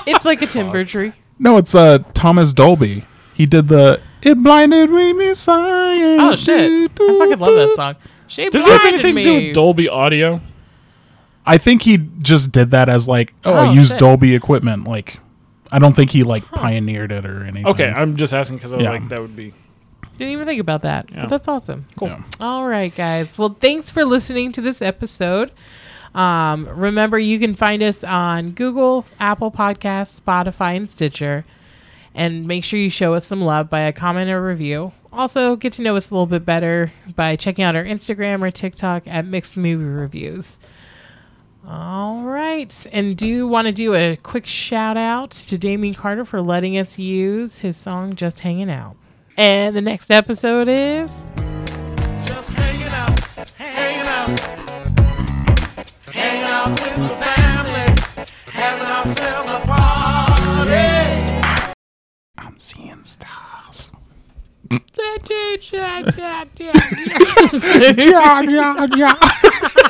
[SPEAKER 4] It's like a timber tree.
[SPEAKER 3] <laughs> no, it's uh Thomas Dolby. He did the "It Blinded We Me" science.
[SPEAKER 4] Oh shit! I fucking love that song. She
[SPEAKER 5] Does it have
[SPEAKER 4] blinded
[SPEAKER 5] anything
[SPEAKER 4] me.
[SPEAKER 5] to do with Dolby Audio?
[SPEAKER 3] I think he just did that as like, oh,
[SPEAKER 4] Oh,
[SPEAKER 3] I used
[SPEAKER 4] shit.
[SPEAKER 3] Dolby equipment. Like, I don't think he like pioneered it or anything.
[SPEAKER 5] Okay, I'm just asking because I was
[SPEAKER 3] Mm-hmm. Yeah.
[SPEAKER 5] like, that would be.
[SPEAKER 4] Didn't even think about that.
[SPEAKER 5] Yeah.
[SPEAKER 4] But that's awesome.
[SPEAKER 5] Cool.
[SPEAKER 3] Yeah.
[SPEAKER 4] All right, guys. Well, thanks for listening to this episode. Um, remember, you can find us on Google, Apple Podcasts, Spotify, and Stitcher. And make sure you show us some love by a comment or review. Also, get to know us a little bit better by checking out our Instagram or TikTok at Mixed Movie Reviews. All right. And do want to do a quick shout out to Damien Carter for letting us use his song Just Hanging Out. And the next episode is.
[SPEAKER 6] Just hanging out, hanging out, hanging out with my family, having ourselves a party.
[SPEAKER 3] I'm seeing <laughs> stars.
[SPEAKER 4] Yeah, yeah, yeah, yeah.
[SPEAKER 3] yeah, yeah, yeah.